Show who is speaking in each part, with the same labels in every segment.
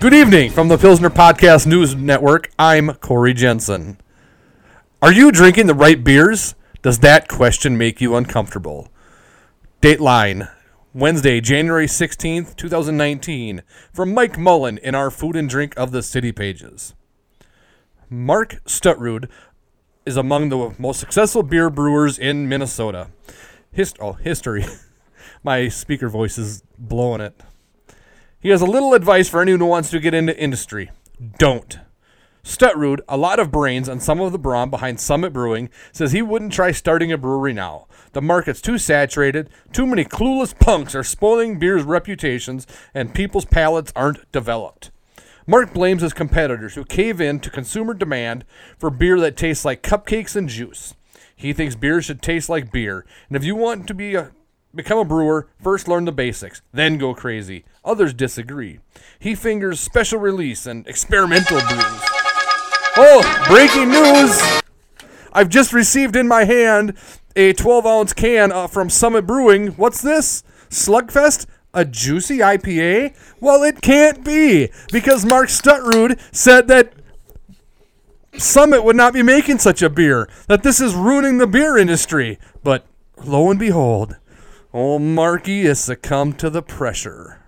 Speaker 1: Good evening from the Pilsner Podcast News Network. I'm Corey Jensen. Are you drinking the right beers? Does that question make you uncomfortable? Dateline, Wednesday, January 16th, 2019, from Mike Mullen in our Food and Drink of the City pages. Mark Stutrud is among the most successful beer brewers in Minnesota. Hist- oh, history. My speaker voice is blowing it. He has a little advice for anyone who wants to get into industry. Don't. Stutrud, a lot of brains and some of the brawn behind Summit Brewing, says he wouldn't try starting a brewery now. The market's too saturated, too many clueless punks are spoiling beer's reputations, and people's palates aren't developed. Mark blames his competitors who cave in to consumer demand for beer that tastes like cupcakes and juice. He thinks beer should taste like beer, and if you want to be a Become a brewer, first learn the basics, then go crazy. Others disagree. He fingers special release and experimental brews. Oh, breaking news! I've just received in my hand a 12 ounce can uh, from Summit Brewing. What's this? Slugfest? A juicy IPA? Well, it can't be because Mark Stutrud said that Summit would not be making such a beer, that this is ruining the beer industry. But lo and behold, old Marky has succumbed to the pressure.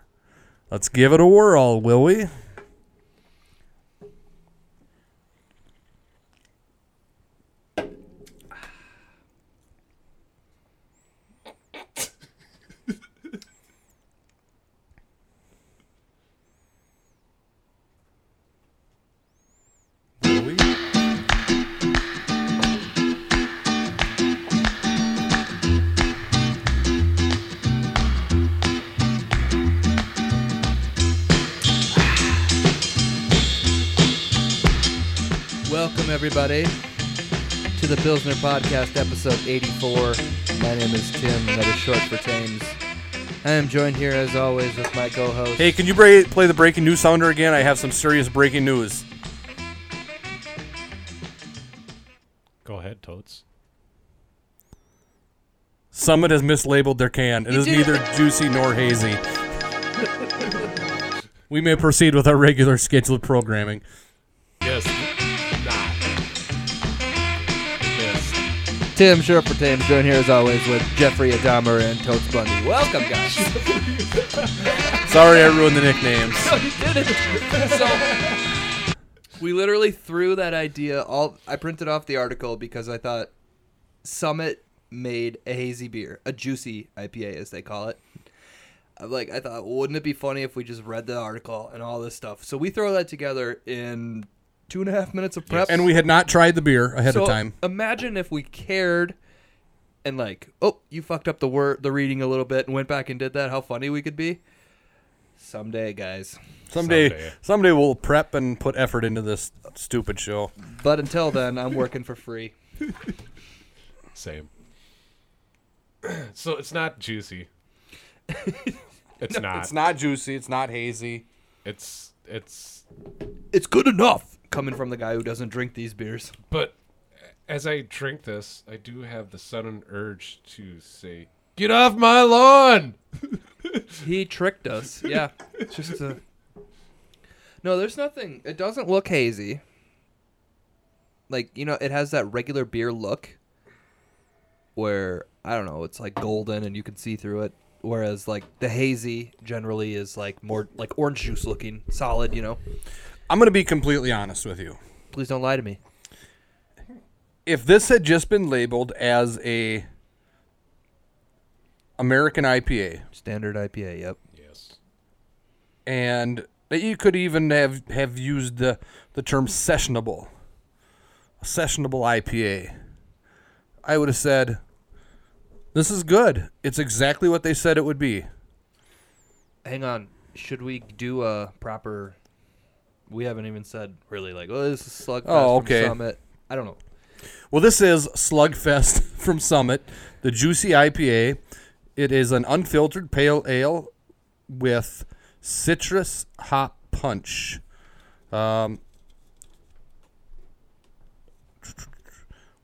Speaker 1: Let's give it a whirl, will we? Will we?
Speaker 2: Welcome, everybody, to the Pilsner Podcast, episode 84. My name is Tim, that is short for Thames. I am joined here, as always, with my co host.
Speaker 1: Hey, can you bra- play the breaking news sounder again? I have some serious breaking news.
Speaker 3: Go ahead, Totes.
Speaker 1: Summit has mislabeled their can. It is neither juicy nor hazy. we may proceed with our regular scheduled programming.
Speaker 3: Yes. Not. Yes.
Speaker 2: Tim, short for Thames, joined here, as always, with Jeffrey Adamer and Totes Bundy. Welcome, guys.
Speaker 1: Sorry I ruined the nicknames.
Speaker 2: Oh, you did it. So, we literally threw that idea all. I printed off the article because I thought Summit made a hazy beer, a juicy IPA, as they call it. I'm like, I thought, wouldn't it be funny if we just read the article and all this stuff? So we throw that together in two and a half minutes of prep.
Speaker 1: And we had not tried the beer ahead
Speaker 2: so
Speaker 1: of time.
Speaker 2: imagine if we cared and like, oh, you fucked up the word, the reading a little bit, and went back and did that. How funny we could be. Someday, guys.
Speaker 1: Someday, someday,
Speaker 3: someday.
Speaker 1: we'll prep and put effort into this stupid show.
Speaker 2: But until then, I'm working for free.
Speaker 3: Same. so it's not juicy. It's not. It's,
Speaker 1: not juicy. It's not hazy.
Speaker 3: it's
Speaker 2: It's good enough. Coming from the guy who doesn't drink these beers.
Speaker 3: but as I drink this, I do have the sudden urge to say, "Get off my lawn!"
Speaker 2: He tricked us. Yeah. It's just a. No, there's nothing. It doesn't look hazy. Like, you know, it has that regular beer look where, I don't know, it's like golden and you can see through it. Whereas, like, the hazy generally is like more like orange juice looking, solid, you know?
Speaker 1: I'm going to be completely honest with you.
Speaker 2: Please don't lie to me.
Speaker 1: If this had just been labeled as a American IPA,
Speaker 2: Standard IPA, yep.
Speaker 3: Yes.
Speaker 1: and that you could even have have used the the term sessionable, a sessionable IPA, I would have said, "This is good. It's exactly what they said it would be."
Speaker 2: Hang on. Should we do a proper? We haven't even said really like, oh, this is Slugfest
Speaker 1: Oh,
Speaker 2: from
Speaker 1: okay.
Speaker 2: Summit. I don't know.
Speaker 1: Well, this is Slugfest from Summit, the Juicy IPA. It is an unfiltered pale ale with citrus hop punch. Um,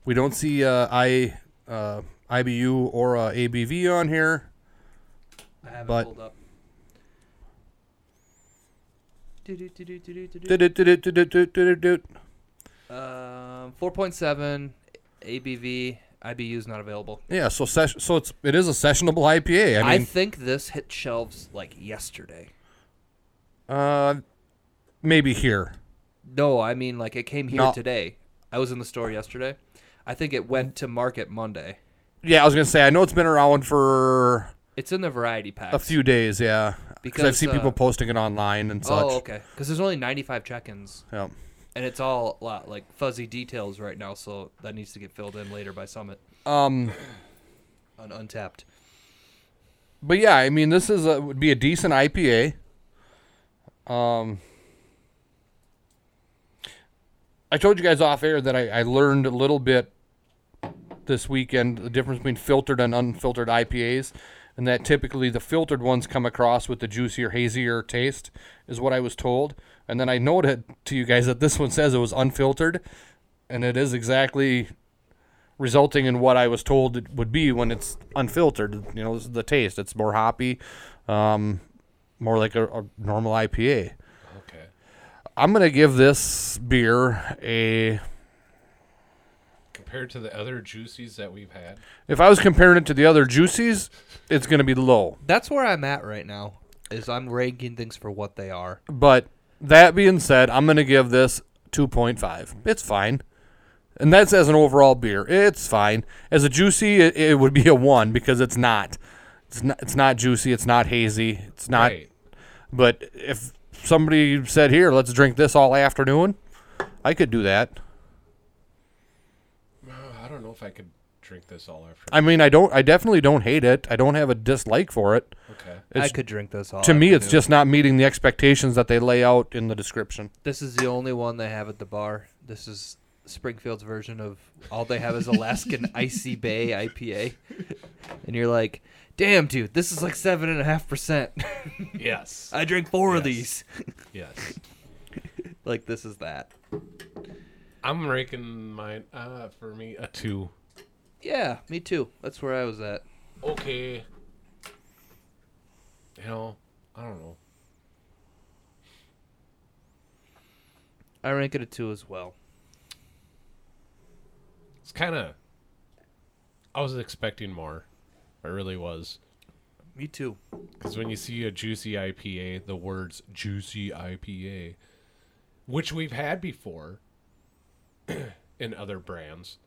Speaker 1: we don't see uh, I, uh, IBU or uh, ABV on here.
Speaker 2: I haven't
Speaker 1: But-
Speaker 2: pulled up. Do-do-do-do-do-do-do.
Speaker 1: Do-do-do-do-do-do-do-do.
Speaker 2: Um, 4.7 ABV. IBU's not available.
Speaker 1: Yeah, so sesh- so it's it is a sessionable IPA.
Speaker 2: I
Speaker 1: I mean,
Speaker 2: think this hit shelves like yesterday.
Speaker 1: uh, maybe here.
Speaker 2: No, I mean like it came here
Speaker 1: No.
Speaker 2: today. I was in the store yesterday. I think it went to market Monday.
Speaker 1: Yeah, I was gonna say I know it's been around for
Speaker 2: It's in the variety pack.
Speaker 1: a few days. Yeah, because I've
Speaker 2: Because,
Speaker 1: seen
Speaker 2: uh,
Speaker 1: people posting it online and such.
Speaker 2: Oh, okay. Because there's only 95 check-ins,
Speaker 1: Yeah.
Speaker 2: and it's all a lot like fuzzy details right now, so that needs to get filled in later by Summit
Speaker 1: Um.
Speaker 2: on Untapped.
Speaker 1: But yeah, I mean, this is a, would be a decent IPA. Um, I told you guys off air that I, I learned a little bit this weekend the difference between filtered and unfiltered IPAs, and that typically the filtered ones come across with the juicier, hazier taste, is what I was told. And then I noted to you guys that this one says it was unfiltered, and it is exactly resulting in what I was told it would be when it's unfiltered. You know, this is the taste. It's more hoppy, um, more like a, a normal IPA.
Speaker 3: Okay.
Speaker 1: I'm gonna give this beer a.
Speaker 3: Compared to the other juicies that we've had,
Speaker 1: If I was comparing it to the other juicies, it's gonna be low.
Speaker 2: That's where I'm at right now. Is I'm ranking things for what they are.
Speaker 1: But that being said, I'm gonna give this 2.5. It's fine. And that's as an overall beer. It's fine. As a juicy, it, it would be a one because it's not. It's not. It's not juicy. It's not hazy. It's not.
Speaker 3: right?
Speaker 1: But if somebody said, "Here, let's drink this all afternoon," I could do that.
Speaker 3: Uh, I don't know if I could drink this all after.
Speaker 1: I mean, I don't. I definitely don't hate it. I don't have a dislike for it.
Speaker 3: Okay.
Speaker 1: It's,
Speaker 2: I could drink this all.
Speaker 1: to me, it's
Speaker 2: afternoon.
Speaker 1: just not meeting the expectations that they lay out in the description.
Speaker 2: This is the only one they have at the bar. This is Springfield's version of all they have is Alaskan Icy Bay IPA. And you're like, damn, dude, this is like 7.5%.
Speaker 3: Yes.
Speaker 2: I drink four of these.
Speaker 3: Yes. yes.
Speaker 2: like, this is that.
Speaker 3: I'm ranking mine uh, for me a two.
Speaker 2: Yeah, me too. That's where I was at.
Speaker 3: Okay. You know, I don't know.
Speaker 2: I rank it a two as well.
Speaker 3: It's kind of. I was expecting more. I really was.
Speaker 2: Me too.
Speaker 3: Because when you see a juicy IPA, the words juicy IPA, which we've had before in other brands,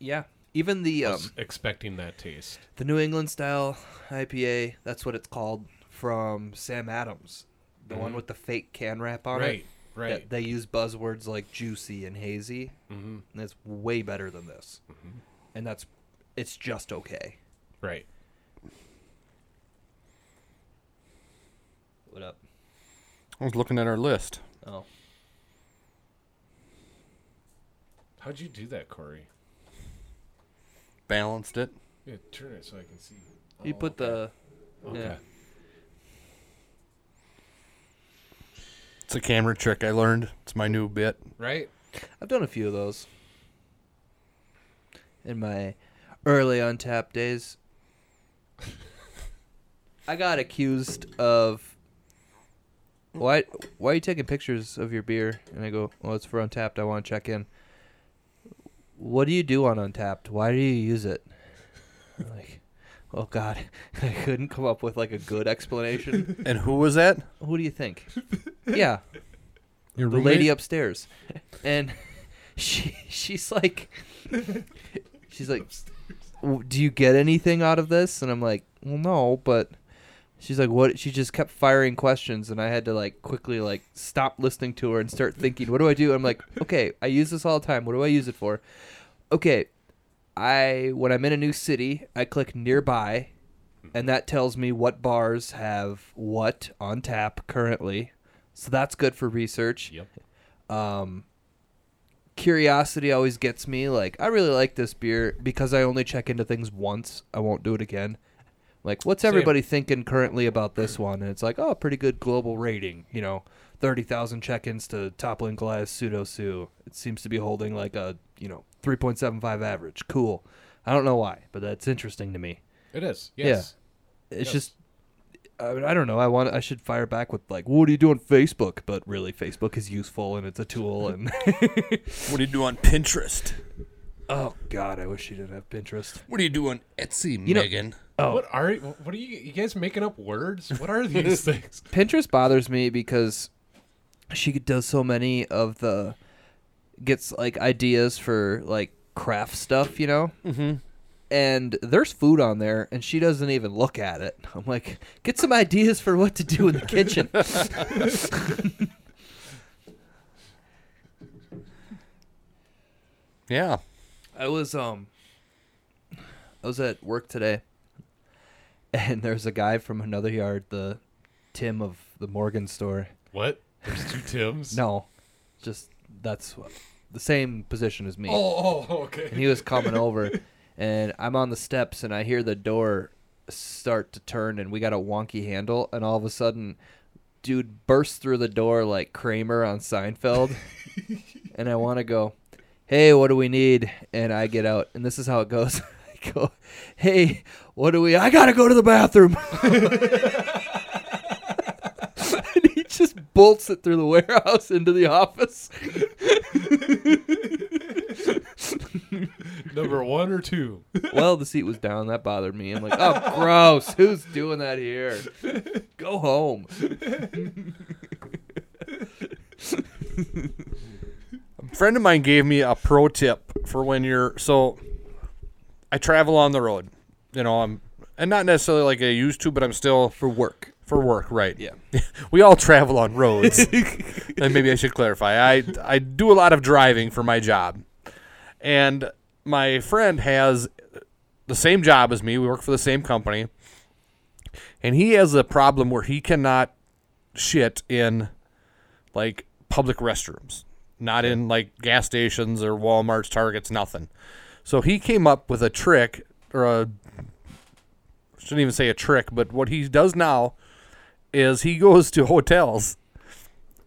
Speaker 2: Yeah. Even the um,
Speaker 3: s- expecting that taste.
Speaker 2: the New England style IPA, that's what it's called from Sam Adams. The one with the fake can wrap on it.
Speaker 3: Right, right.
Speaker 2: that they use buzzwords like juicy and hazy. Mm-hmm. And that's way better than this. And that's it's just okay.
Speaker 3: Right.
Speaker 2: What up?
Speaker 1: I was looking at our list.
Speaker 2: Oh,
Speaker 3: How'd you do that, Corey?
Speaker 1: Balanced it.
Speaker 3: Yeah, turn it so I can see.
Speaker 2: you
Speaker 3: Oh,
Speaker 2: put the
Speaker 3: okay.
Speaker 2: yeah.
Speaker 1: It's a camera trick I learned. It's my new bit.
Speaker 3: Right?
Speaker 2: I've done a few of those in my early untapped days. I got accused of why why are you taking pictures of your beer? And I go, "Well, it's for Untapped. I want to check in." What do you do on Untapped? Why do you use it? I'm like, oh God, I couldn't come up with like a good explanation.
Speaker 1: And who was that?
Speaker 2: Who do you think? Yeah,
Speaker 1: Your
Speaker 2: the lady upstairs, and she she's like, she's like, "W- do you get anything out of this? And I'm like, well, no, but she's like, what? She just kept firing questions, and I had to like quickly like stop listening to her and start thinking, what do I do? I'm like, okay, I use this all the time. What do I use it for? Okay, I when I'm in a new city, I click nearby. And that tells me what bars have what on tap currently. So that's good for research.
Speaker 3: Yep.
Speaker 2: Um, curiosity always gets me. Like, I really like this beer because I only check into things once. I won't do it again. Like, what's
Speaker 3: Same.
Speaker 2: everybody thinking currently about this one? And it's like, oh, pretty good global rating. You know, 30,000 check ins to Toppling Goliath Pseudo Sue. It seems to be holding like a, you know, 3.75 average. Cool. I don't know why, but that's interesting to me.
Speaker 3: It is.
Speaker 2: Yeah.
Speaker 3: Yes.
Speaker 2: It's
Speaker 3: Yes.
Speaker 2: just I, mean, I don't know. I want. I should fire back with like, "What are you doing, Facebook?" But really, Facebook is useful and it's a tool. And
Speaker 1: What do you do on Pinterest?
Speaker 2: oh god, I wish you didn't have Pinterest.
Speaker 1: What do you do on Etsy,
Speaker 2: know-
Speaker 1: Megan?
Speaker 2: Oh.
Speaker 3: What are what are you you guys making up words? What are these things?
Speaker 2: Pinterest bothers me because she does so many of the gets like ideas for like craft stuff, you know. Mm-hmm. And there's food on there, and she doesn't even look at it. I'm like, get some ideas for what to do in the kitchen.
Speaker 1: Yeah.
Speaker 2: I was um I was at work today and there's a guy from another yard, the Tim of the Morgan store.
Speaker 3: What? There's two Tims.
Speaker 2: No. Just that's wh- the same position as me.
Speaker 3: Oh, oh,
Speaker 2: And
Speaker 3: okay.
Speaker 2: he was coming over and I'm on the steps and I hear the door start to turn and we got a wonky handle and all of a sudden dude bursts through the door like Kramer on Seinfeld and I want to go, "Hey, what do we need?" And I get out, and this is how it goes. I go, "Hey, what do we? I gotta go to the bathroom." and he just bolts it through the warehouse into the office.
Speaker 3: Number one or two.
Speaker 2: well, the seat was down. That bothered me. I'm like, oh, gross. Who's doing that here? Go home.
Speaker 1: friend of mine gave me a pro tip for when you're so I travel on the road. You know, I'm and not necessarily like I used to, but I'm still for work. For work, right.
Speaker 2: Yeah.
Speaker 1: we all travel on roads. and maybe I should clarify. I I do a lot of driving for my job. And my friend has the same job as me. We work for the same company. And he has a problem where he cannot shit in like public restrooms, not in like gas stations or Walmart's, Targets, nothing. So he came up with a trick, or a shouldn't even say a trick, but what he does now is he goes to hotels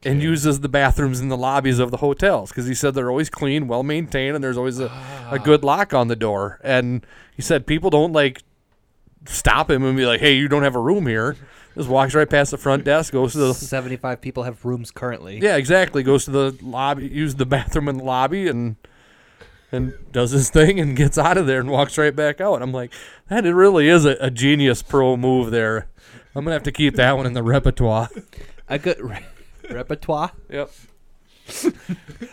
Speaker 1: and uses the bathrooms in the lobbies of the hotels because he said they're always clean, well maintained, and there's always a, a good lock on the door. And he said people don't like stop him and be like, "Hey, you don't have a room here." Just walks right past the front desk, goes to the
Speaker 2: 75 people have rooms currently.
Speaker 1: yeah, exactly. Goes to the lobby, uses the bathroom in the lobby, and and does his thing and gets out of there and walks right back out. I'm like, that it really is a, a genius pro move there. I'm gonna have to keep that one in the repertoire.
Speaker 2: I got re- repertoire.
Speaker 1: Yep.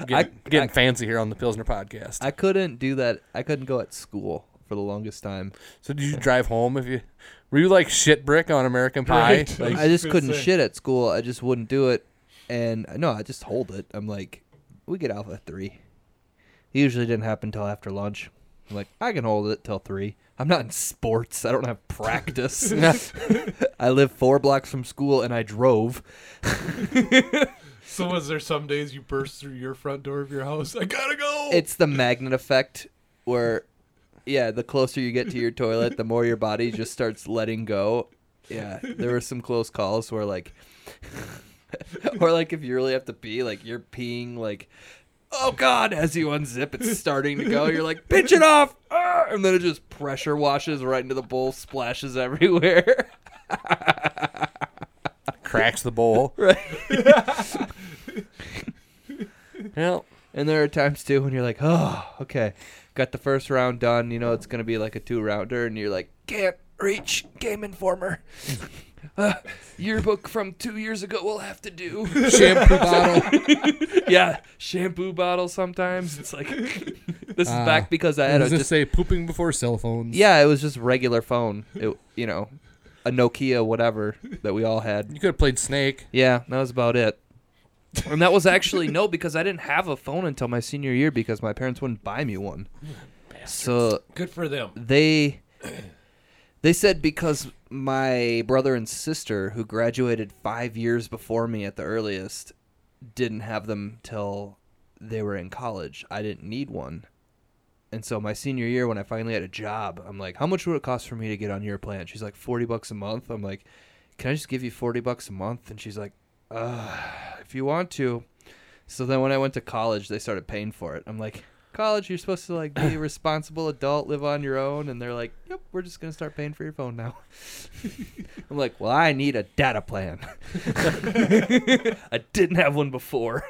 Speaker 1: getting,
Speaker 2: I-
Speaker 1: getting
Speaker 2: I-
Speaker 1: fancy here on the Pilsner podcast.
Speaker 2: I couldn't do that. I couldn't go at school for the longest time.
Speaker 1: so did you drive home? If you were you like shit brick on American Pie?
Speaker 3: Right.
Speaker 1: Like,
Speaker 2: I just
Speaker 3: Good
Speaker 2: couldn't
Speaker 3: thing.
Speaker 2: shit at school. I just wouldn't do it. And no, I just hold it. I'm like, we get off at three. Usually didn't happen till after lunch. I'm like, I can hold it till three. I'm not in sports. I don't have practice. I live four blocks from school and I drove.
Speaker 3: So was there some days you burst through your front door of your house? I gotta go.
Speaker 2: It's the magnet effect where, yeah, the closer you get to your toilet, the more your body just starts letting go. Yeah, there were some close calls where, like, or like if you really have to pee, like you're peeing, like, oh God, as you unzip, it's starting to go. You're like, pinch it off. Ah! And then it just pressure washes right into the bowl, splashes everywhere.
Speaker 1: cracks the bowl.
Speaker 2: right.
Speaker 1: Well,
Speaker 2: And there are times too when you're like, oh, okay, got the first round done. You know it's gonna be like a two rounder, and you're like, can't reach Game Informer. Uh, yearbook from two years ago will have to do.
Speaker 1: shampoo bottle.
Speaker 2: yeah, shampoo bottle. Sometimes it's like this is
Speaker 4: Ah.
Speaker 2: back because I
Speaker 4: I
Speaker 2: had a
Speaker 4: was gonna
Speaker 2: just
Speaker 4: say pooping before cell phones.
Speaker 2: yeah, it was just regular phone. It, you know, a Nokia whatever that we all had.
Speaker 1: You could have played Snake.
Speaker 2: Yeah, that was about it. And that was actually no, because I didn't have a phone until my senior year because my parents wouldn't buy me one. So
Speaker 3: Good for them.
Speaker 2: they they said because my brother and sister, who graduated five years before me at the earliest, didn't have them till they were in college. I didn't need one. And so my senior year, when I finally had a job, I'm like, "How much would it cost for me to get on your plan?" She's like, 40 bucks a month." I'm like, "Can I just give you 40 bucks a month?" And she's like, "Uh, if you want to." So then when I went to college, they started paying for it. I'm like, college, you're supposed to like be a responsible adult, live on your own, and they're like, "Yep, we're just gonna start paying for your phone now." I'm like, "Well, I need a data plan. I didn't have one before.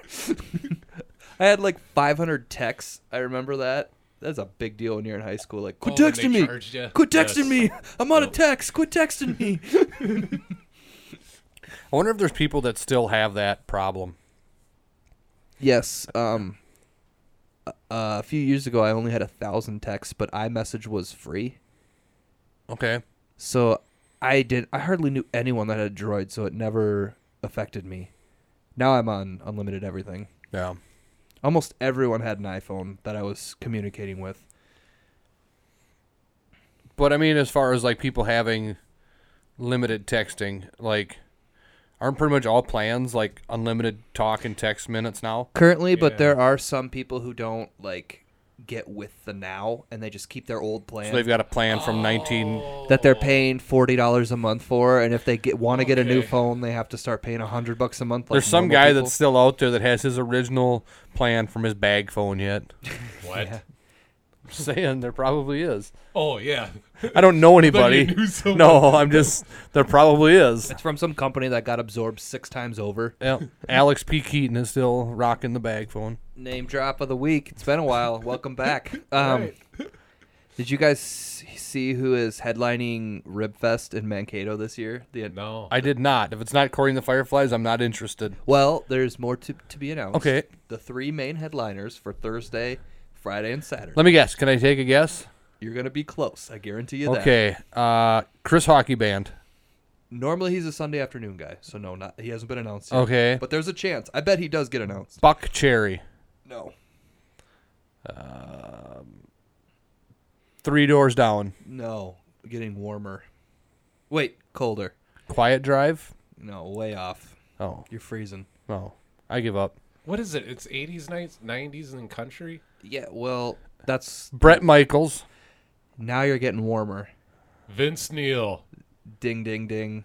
Speaker 2: I had like 500 texts. I remember that. That's a big deal when you're in high school. Like, quit
Speaker 3: Oh, and they
Speaker 2: texting me.
Speaker 3: charged ya?
Speaker 2: Quit texting me.
Speaker 3: Yes.
Speaker 2: I'm on a
Speaker 3: Yep.
Speaker 2: text. Quit texting me.
Speaker 1: I wonder if there's people that still have that problem.
Speaker 2: Yes. Um. uh, a few years ago, I only had a thousand texts, but iMessage was free,
Speaker 1: Okay.
Speaker 2: so I did. I hardly knew anyone that had a Droid, so it never affected me. Now I'm on unlimited everything.
Speaker 1: Yeah.
Speaker 2: Almost everyone had an iPhone that I was communicating with.
Speaker 1: But I mean, as far as like people having limited texting, like aren't pretty much all plans like unlimited talk and text minutes now?
Speaker 2: Currently, but
Speaker 3: Yeah.
Speaker 2: there are some people who don't like get with the now, and they just keep their old plan.
Speaker 1: So "Oh." they've got a plan from 19.
Speaker 2: that they're paying forty dollars a month for, and if they get want to get a new
Speaker 3: Okay.
Speaker 2: phone, they have to start paying hundred bucks a month. Like
Speaker 1: There's some
Speaker 2: normal
Speaker 1: guy
Speaker 2: people.
Speaker 1: that's still out there that has his original plan from his bag phone yet.
Speaker 3: What?
Speaker 2: Yeah.
Speaker 1: I'm saying there probably is.
Speaker 3: Oh yeah.
Speaker 1: I don't know
Speaker 3: Thought you
Speaker 1: anybody.
Speaker 3: knew someone.
Speaker 1: No, I'm just there probably is.
Speaker 2: It's from some company that got absorbed six times over.
Speaker 1: Yeah. Alex P. Keaton is still rocking the bag phone.
Speaker 2: Name drop of the week. It's been a while. Welcome back. Um,
Speaker 3: Right.
Speaker 2: Did you guys s- see who is headlining Ribfest in Mankato this year? The
Speaker 3: No.
Speaker 1: I did not. If it's not Corey and the Fireflies, I'm not interested.
Speaker 2: well, there's more to to be announced.
Speaker 1: Okay.
Speaker 2: the three main headliners for Thursday, Friday, and Saturday.
Speaker 1: Let me guess. Can I take a guess?
Speaker 2: You're gonna be close. I guarantee you that.
Speaker 1: Okay. Uh, Chris Hockey Band.
Speaker 2: Normally he's a Sunday afternoon guy, so no, not he hasn't been announced yet.
Speaker 1: Okay.
Speaker 2: But there's a chance. I bet he does get announced.
Speaker 1: Buck Cherry.
Speaker 2: No.
Speaker 1: Three Doors Down.
Speaker 2: No. Getting warmer. Wait, colder.
Speaker 1: Quiet Drive.
Speaker 2: No, way off.
Speaker 1: Oh,
Speaker 2: You're freezing.
Speaker 1: no. I give up.
Speaker 3: What is it? It's 80s, 90s, 90s and country.
Speaker 2: Yeah, well, that's
Speaker 1: Brett Michaels.
Speaker 2: now you're getting warmer.
Speaker 3: Vince Neil.
Speaker 2: Ding ding ding.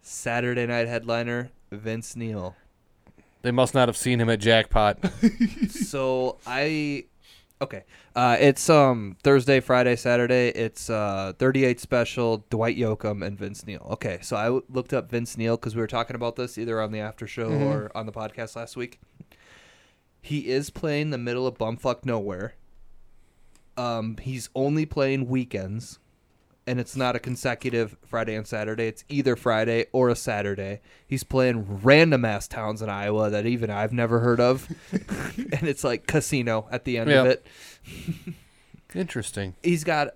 Speaker 2: Saturday night headliner, Vince Neil.
Speaker 1: They must not have seen him at Jackpot.
Speaker 2: so I okay. Uh, it's um Thursday, Friday, Saturday. It's uh 38 special Dwight Yoakam and Vince Neil. Okay, so I w- looked up Vince Neil because we were talking about this either on the after show or on the podcast last week. He is playing the middle of bumfuck nowhere. Um, he's only playing weekends, and it's not a consecutive Friday and Saturday. It's either Friday or a Saturday. He's playing random ass towns in Iowa that even I've never heard of, and it's like casino at the end of
Speaker 1: Yeah.
Speaker 2: it.
Speaker 1: Interesting.
Speaker 2: He's got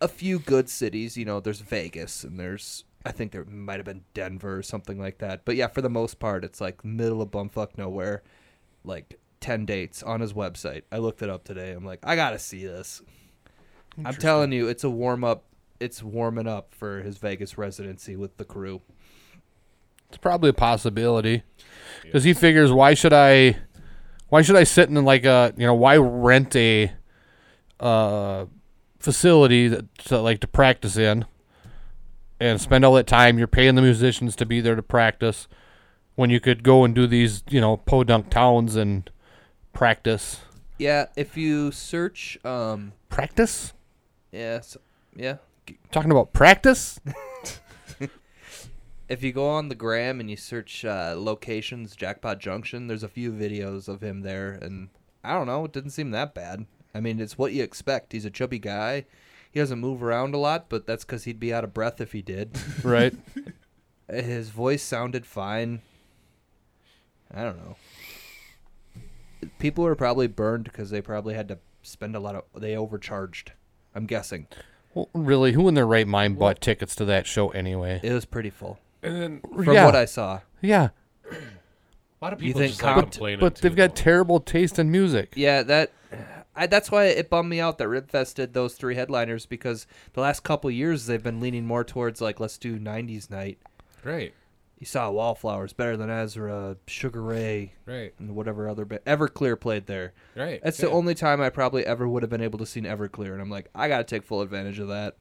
Speaker 2: a few good cities. You know, there's Vegas, and there's I think there might have been Denver or something like that. But yeah, for the most part, it's like middle of bumfuck nowhere, like. 10 dates on his website. I looked it up today. I'm like, I got to see this. I'm telling you, it's a warm up. It's warming up for his Vegas residency with the crew.
Speaker 1: It's probably a possibility. Because he figures, why should I, why should I sit in like a, you know, why rent a, uh, facility that to, like to practice in, and spend all that time. You're paying the musicians to be there to practice, when you could go and do these, you know, podunk towns and practice,
Speaker 2: Yeah, if you search, um,
Speaker 1: practice.
Speaker 2: yeah, s yeah,
Speaker 1: Talking about practice,
Speaker 2: if you go on the gram and you search uh, locations Jackpot Junction, there's a few videos of him there, and I don't know, it didn't seem that bad. I mean, it's what you expect. He's a chubby guy. He doesn't move around a lot, but that's because he'd be out of breath if he did.
Speaker 1: right?
Speaker 2: His voice sounded fine. I don't know. People were probably burned because they probably had to spend a lot of. They overcharged. I'm guessing
Speaker 1: well, really, who in their right mind bought tickets to that show anyway?
Speaker 2: it was pretty full
Speaker 3: And then a
Speaker 2: from
Speaker 1: yeah,
Speaker 2: what I saw.
Speaker 1: yeah.
Speaker 3: lot of
Speaker 2: You
Speaker 3: people
Speaker 2: think
Speaker 3: just
Speaker 2: comp-
Speaker 3: like complaining.
Speaker 1: But
Speaker 3: too,
Speaker 1: they've got
Speaker 3: though.
Speaker 1: terrible taste in music.
Speaker 2: Yeah, that. I, that's why it bummed me out that Ribfest did those three headliners because the last couple years they've been leaning more towards like let's do '90s night.
Speaker 3: right,
Speaker 2: You saw Wallflowers, Better Than Ezra, Sugar Ray,
Speaker 3: right,
Speaker 2: and whatever other bit. Everclear played there.
Speaker 3: right.
Speaker 2: That's the
Speaker 3: yeah.
Speaker 2: only time I probably ever would have been able to see Everclear, and I'm like, I gotta take full advantage of that.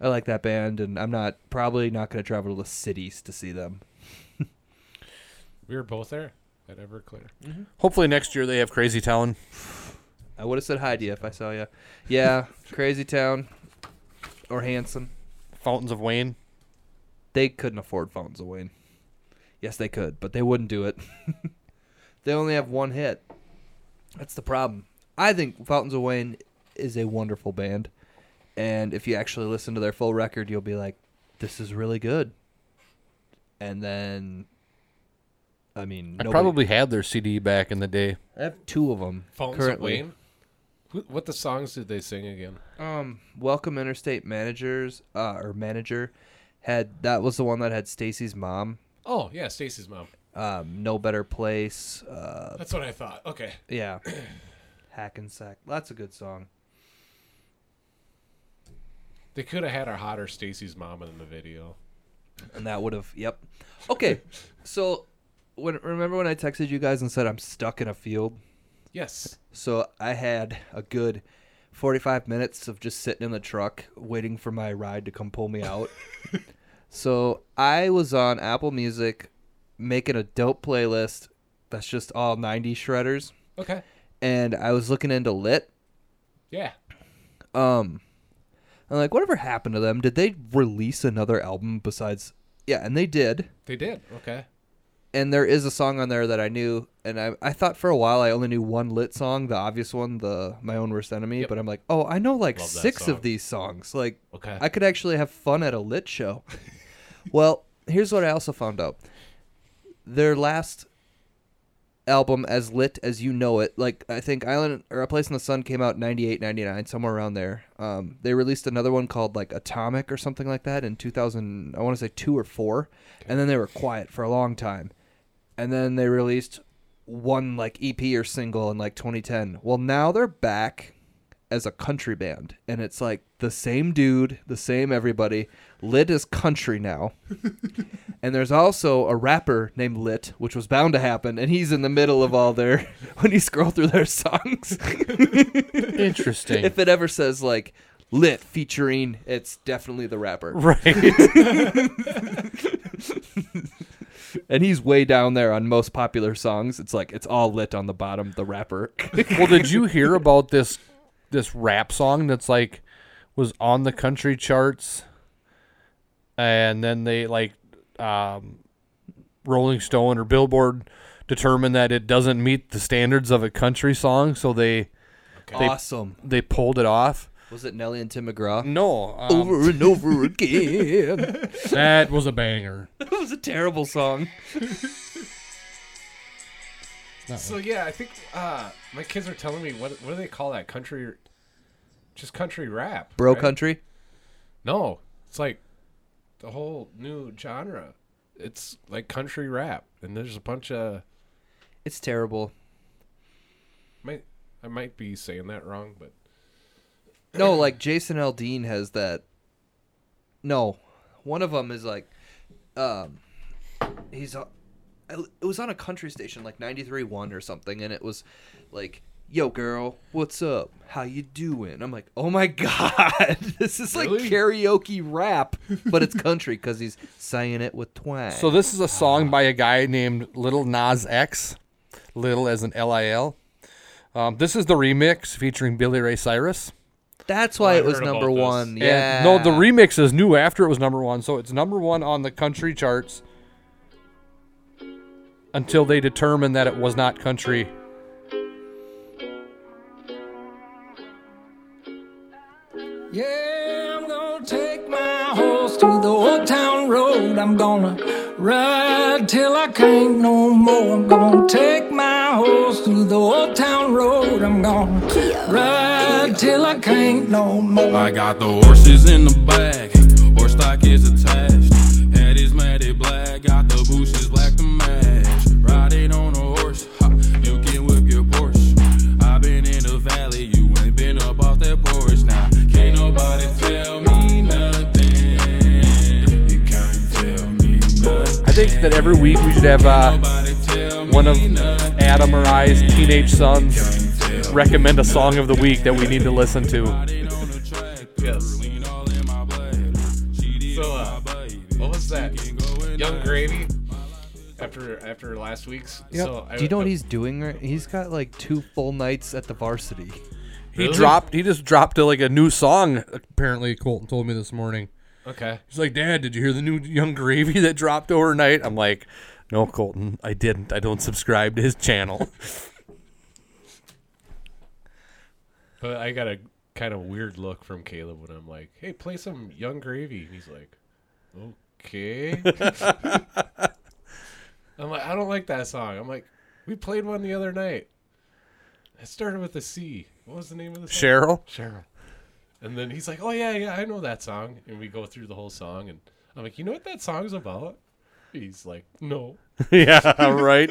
Speaker 2: I like that band, and I'm not probably not gonna travel to the cities to see them.
Speaker 3: We were both there at Everclear.
Speaker 1: Hopefully next year they have Crazy Town.
Speaker 2: I would have said hi to you if I saw you. Yeah, Crazy Town or Hanson.
Speaker 1: Fountains of Wayne.
Speaker 2: They couldn't afford Fountains of Wayne. Yes, they could, but they wouldn't do it. they only have one hit. That's the problem. I think Fountains of Wayne is a wonderful band. And if you actually listen to their full record, you'll be like, this is really good. And then, I mean,
Speaker 1: I
Speaker 2: nobody-
Speaker 1: probably had their CD back in the day.
Speaker 2: I have two of them
Speaker 3: Fountains
Speaker 2: currently.
Speaker 3: of Wayne. Who- What the songs did they sing again?
Speaker 2: Um, Welcome Interstate Managers uh, or Manager had that was the one that had Stacy's mom.
Speaker 3: Oh yeah, Stacy's mom.
Speaker 2: Um, no better place. Uh,
Speaker 3: That's what I thought. Okay.
Speaker 2: yeah, hack and sack. That's a good song.
Speaker 3: They could have had a hotter Stacy's mom in the video.
Speaker 2: And that would have, yep. Okay, so when remember when I texted you guys and said I'm stuck in a field?
Speaker 3: Yes.
Speaker 2: So I had a good 45 minutes of just sitting in the truck waiting for my ride to come pull me out. so I was on Apple Music making a dope playlist that's just all 90s shredders
Speaker 3: Okay.
Speaker 2: and I was looking into Lit.
Speaker 3: Yeah.
Speaker 2: Um I'm like whatever happened to them? Did they release another album besides Yeah, and they did.
Speaker 3: They did. Okay.
Speaker 2: and there is a song on there that I knew, and I, I thought for a while I only knew one lit song, the obvious one, the my own worst enemy.
Speaker 3: Yep.
Speaker 2: But I'm like, oh, I know like
Speaker 3: Love that
Speaker 2: six
Speaker 3: song.
Speaker 2: of these songs. Like,
Speaker 3: Okay.
Speaker 2: I could actually have fun at a lit show. well, here's what I also found out: their last album, as lit as you know it, like I think Island or A Place in the Sun came out 98, 99, somewhere around there. Um, they released another one called like Atomic or something like that in 2000. I want to say two or four, and then they were quiet for a long time, and then they released one like EP or single in like 2010. Well, now they're back as a country band, and it's like the same dude, the same everybody. Lit is country now, and there's also a rapper named Lit, which was bound to happen, and he's in the middle of all their when you scroll through their songs.
Speaker 1: Interesting.
Speaker 2: if it ever says like Lit featuring, it's definitely the rapper,
Speaker 1: right.
Speaker 2: and he's way down there on most popular songs. It's like it's all Lit on the bottom, the rapper.
Speaker 1: well, did you hear about this this rap song that's like was on the country charts, and then they like um, Rolling Stone or Billboard determined that it doesn't meet the standards of a country song, so they
Speaker 2: awesome.
Speaker 1: they pulled it off.
Speaker 2: Was it Nelly and Tim McGraw?
Speaker 1: No, um,
Speaker 2: Over and over again.
Speaker 1: that was a banger.
Speaker 2: that was a terrible song.
Speaker 3: So yeah, I think uh, my kids are telling me what what do they call that country? Just country rap.
Speaker 2: Bro
Speaker 3: right?
Speaker 2: country.
Speaker 3: No, it's like the whole new genre. It's like country rap, and there's a bunch of
Speaker 2: It's terrible.
Speaker 3: might I might be saying that wrong, but
Speaker 2: No, like Jason Aldean has that. No, one of them is like, um, he's a- it was on a country station like 93.1 or something, and it was like, "Yo, girl, what's up? How you doing?" I'm like, "Oh my god, this is
Speaker 3: Really?
Speaker 2: like karaoke rap, but it's country because he's saying it with twang."
Speaker 1: So this is a song by a guy named Little Nas X, Little as an L I L. Um, this is the remix featuring Billy Ray Cyrus.
Speaker 2: that's why
Speaker 3: Oh, I
Speaker 2: it was
Speaker 3: heard
Speaker 2: number
Speaker 3: about this.
Speaker 2: one.
Speaker 1: And
Speaker 2: Yeah,
Speaker 1: no, the remix is new after it was number one, so it's number one on the country charts until they determined that it was not country.
Speaker 4: Yeah, I'm gonna take my horse to the old town road. I'm gonna ride till I can't no more. I'm gonna take my horse to the old town road. I'm gonna ride till I can't no more.
Speaker 5: I got the horses in the back, horse stock is attached. Head is matted black, got the bushes black to match. Riding on a horse, ha, you can whip your Porsche. i been in the valley, you ain't been up off that porch. Now, can't nobody tell me nothing. You can't tell me nothing.
Speaker 1: I think that every week we should have uh,
Speaker 5: Nobody tell me
Speaker 1: one of
Speaker 5: nothing.
Speaker 1: Adam or I's teenage sons recommend a song of the week that we need to listen to.
Speaker 5: Riding on a tractor,
Speaker 3: Yes.
Speaker 5: lean all in my blood. She did
Speaker 3: So, uh,
Speaker 5: my baby.
Speaker 3: what was that?
Speaker 5: Can go in
Speaker 3: Young Gravy. after after last week's.
Speaker 2: Yep.
Speaker 3: So I-
Speaker 2: Do you know what
Speaker 3: I-
Speaker 2: he's doing? Right? He's got like two full nights at the varsity.
Speaker 1: He
Speaker 3: Really?
Speaker 1: dropped. He just dropped uh, like a new song. Apparently, Colton told me this morning.
Speaker 3: Okay.
Speaker 1: He's like, Dad, did you hear the new Young Gravy that dropped overnight? I'm like, No, Colton, I didn't. I don't subscribe to his channel.
Speaker 3: But I got a kind of weird look from Caleb when I'm like, "Hey, play some Young Gravy," and he's like, "Okay." I'm like, "I don't like that song." I'm like, "We played one the other night. It started with a C. What was the name of the song?"
Speaker 1: Cheryl,
Speaker 3: Cheryl. And then he's like, "Oh yeah, yeah, I know that song." And we go through the whole song, and I'm like, "You know what that song's about?" He's like, "No."
Speaker 1: yeah, right.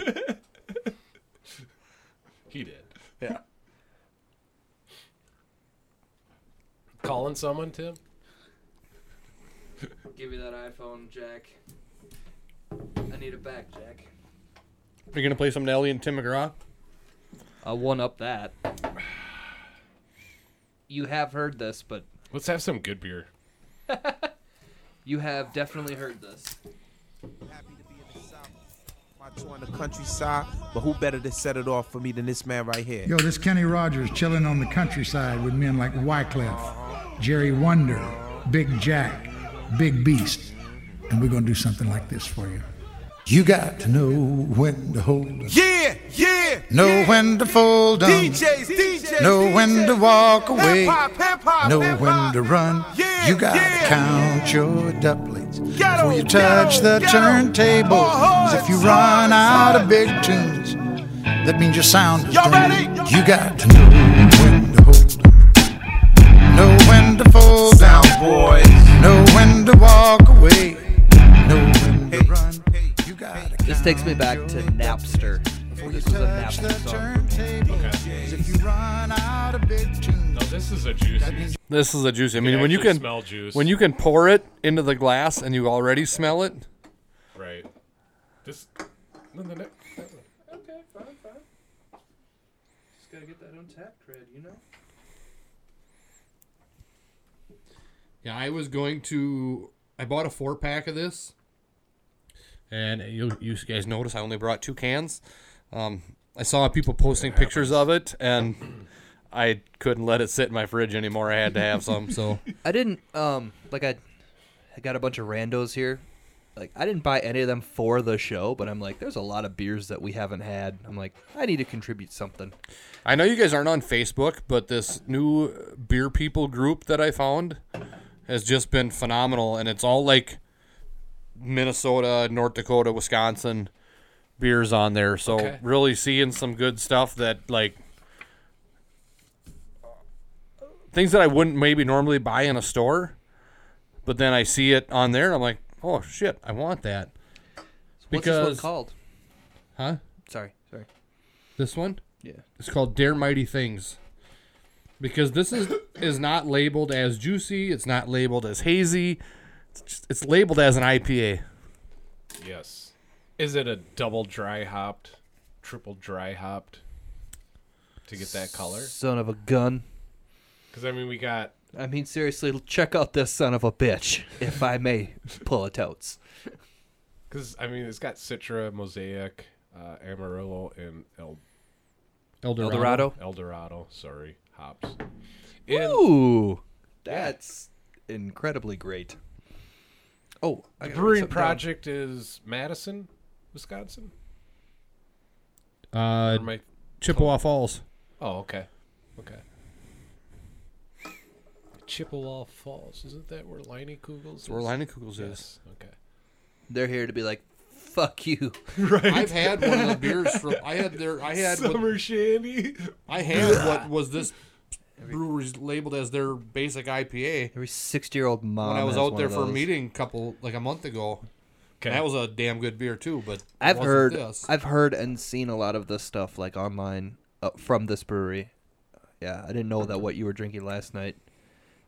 Speaker 3: He did. Yeah. Calling someone, Tim?
Speaker 2: Give me that iPhone, Jack. I need it back, Jack.
Speaker 1: You're gonna play some Nelly and Tim McGraw.
Speaker 2: I one up that. You have heard this, but
Speaker 3: Let's have some good beer.
Speaker 2: you have definitely heard this.
Speaker 6: Happy to be in the South. My tour in the countryside, but who better to set it off for me than this man right here?
Speaker 7: Yo, this Kenny Rogers chilling on the countryside with men like Wycliffe, Jerry Wonder, Big Jack, Big Beast. And we're going to do something like this for you. You got to know when to hold up.
Speaker 6: Yeah, yeah.
Speaker 7: Know
Speaker 6: yeah.
Speaker 7: when to fold up.
Speaker 6: DJs, DJs.
Speaker 7: Know
Speaker 6: DJs.
Speaker 7: when to walk away.
Speaker 6: Hip-hop, hip-hop,
Speaker 7: Know
Speaker 6: hip-hop.
Speaker 7: when to run.
Speaker 6: Yeah,
Speaker 7: you gotta
Speaker 6: yeah.
Speaker 7: count your doublets
Speaker 6: Ghetto,
Speaker 7: before you touch
Speaker 6: ghetto,
Speaker 7: the
Speaker 6: ghetto.
Speaker 7: turntable.
Speaker 6: More horns,
Speaker 7: 'Cause if you
Speaker 6: horns,
Speaker 7: run out
Speaker 6: horns.
Speaker 7: of big tunes, that means your sound is
Speaker 6: Y'all
Speaker 7: done.
Speaker 6: ready?
Speaker 7: You got to know when to hold. Know when to fold down.
Speaker 6: Sound boys.
Speaker 7: Know when to walk away. Know when to run. You gotta
Speaker 2: This takes me back to Napster.
Speaker 7: before you
Speaker 2: This was a
Speaker 7: touch
Speaker 2: Napster
Speaker 7: the
Speaker 2: song.
Speaker 7: turntable. 'Cause if you run out of big tunes.
Speaker 3: No, Oh, this is a juicy.
Speaker 1: This is a juicy. I mean, when you
Speaker 3: actually
Speaker 1: can
Speaker 3: smell juice.
Speaker 1: when you can pour it into the glass and you already smell it.
Speaker 3: Right. This. No, no, no.
Speaker 2: Okay, fine, fine. Just gotta get that untapped cred, you know?
Speaker 1: Yeah, I was going to. I bought a four pack of this, and you you guys notice I only brought two cans. Um, I saw people posting pictures of it, and I couldn't let it sit in my fridge anymore. I had to have some. So
Speaker 2: I didn't, um, like I, I got a bunch of randos here. Like, I didn't buy any of them for the show, but I'm like, there's a lot of beers that we haven't had. I'm like, I need to contribute something.
Speaker 1: I know you guys aren't on Facebook, but this new beer people group that I found has just been phenomenal, and it's all like Minnesota, North Dakota, Wisconsin beers on there. So
Speaker 3: Okay.
Speaker 1: really seeing some good stuff that like things that I wouldn't maybe normally buy in a store, but then I see it on there, and I'm like, oh shit, I want that.
Speaker 2: What's this one
Speaker 1: Because-
Speaker 2: called?
Speaker 1: Huh?
Speaker 2: Sorry, sorry.
Speaker 1: This one?
Speaker 2: Yeah.
Speaker 1: It's called Dare Mighty Things. Because this is is not labeled as juicy, it's not labeled as hazy. It's, just, it's labeled as an IPA.
Speaker 3: Yes. Is it a double dry hopped, triple dry hopped to get that color?
Speaker 2: Son of a gun.
Speaker 3: Because, I mean, we got.
Speaker 2: I mean, seriously, check out this son of a bitch, if I may pull a totes.
Speaker 3: Because, I mean, it's got Citra, Mosaic, uh, Amarillo, and El,
Speaker 1: Eldorado.
Speaker 2: Eldorado.
Speaker 3: El Dorado. Sorry, hops.
Speaker 2: Ooh, that's incredibly great. Oh, I gotta write
Speaker 3: Brewing
Speaker 2: something down.
Speaker 3: project is Madison, Wisconsin?
Speaker 1: Uh,
Speaker 3: Or am I-
Speaker 1: Chippewa Falls.
Speaker 3: Oh, okay. Okay. Chippewa Falls. Isn't that where Liney Kugels is?
Speaker 1: Where Line Kugels is.
Speaker 3: Yes. Okay.
Speaker 2: They're here to be like, fuck you.
Speaker 1: I've had one of the beers from. I had their. I had. What,
Speaker 3: Summer Shandy.
Speaker 1: I had what was this brewery's labeled as their basic IPA
Speaker 2: Every 60 year old mom.
Speaker 1: when I was
Speaker 2: has
Speaker 1: out
Speaker 2: one
Speaker 1: there
Speaker 2: of
Speaker 1: for a
Speaker 2: those.
Speaker 1: meeting a couple like a month ago.
Speaker 3: Okay.
Speaker 1: That was a damn good beer too, but it
Speaker 2: I've
Speaker 1: wasn't
Speaker 2: heard,
Speaker 1: This.
Speaker 2: I've heard and seen a lot of this stuff like online uh, from this brewery. Yeah, I didn't know that what you were drinking last night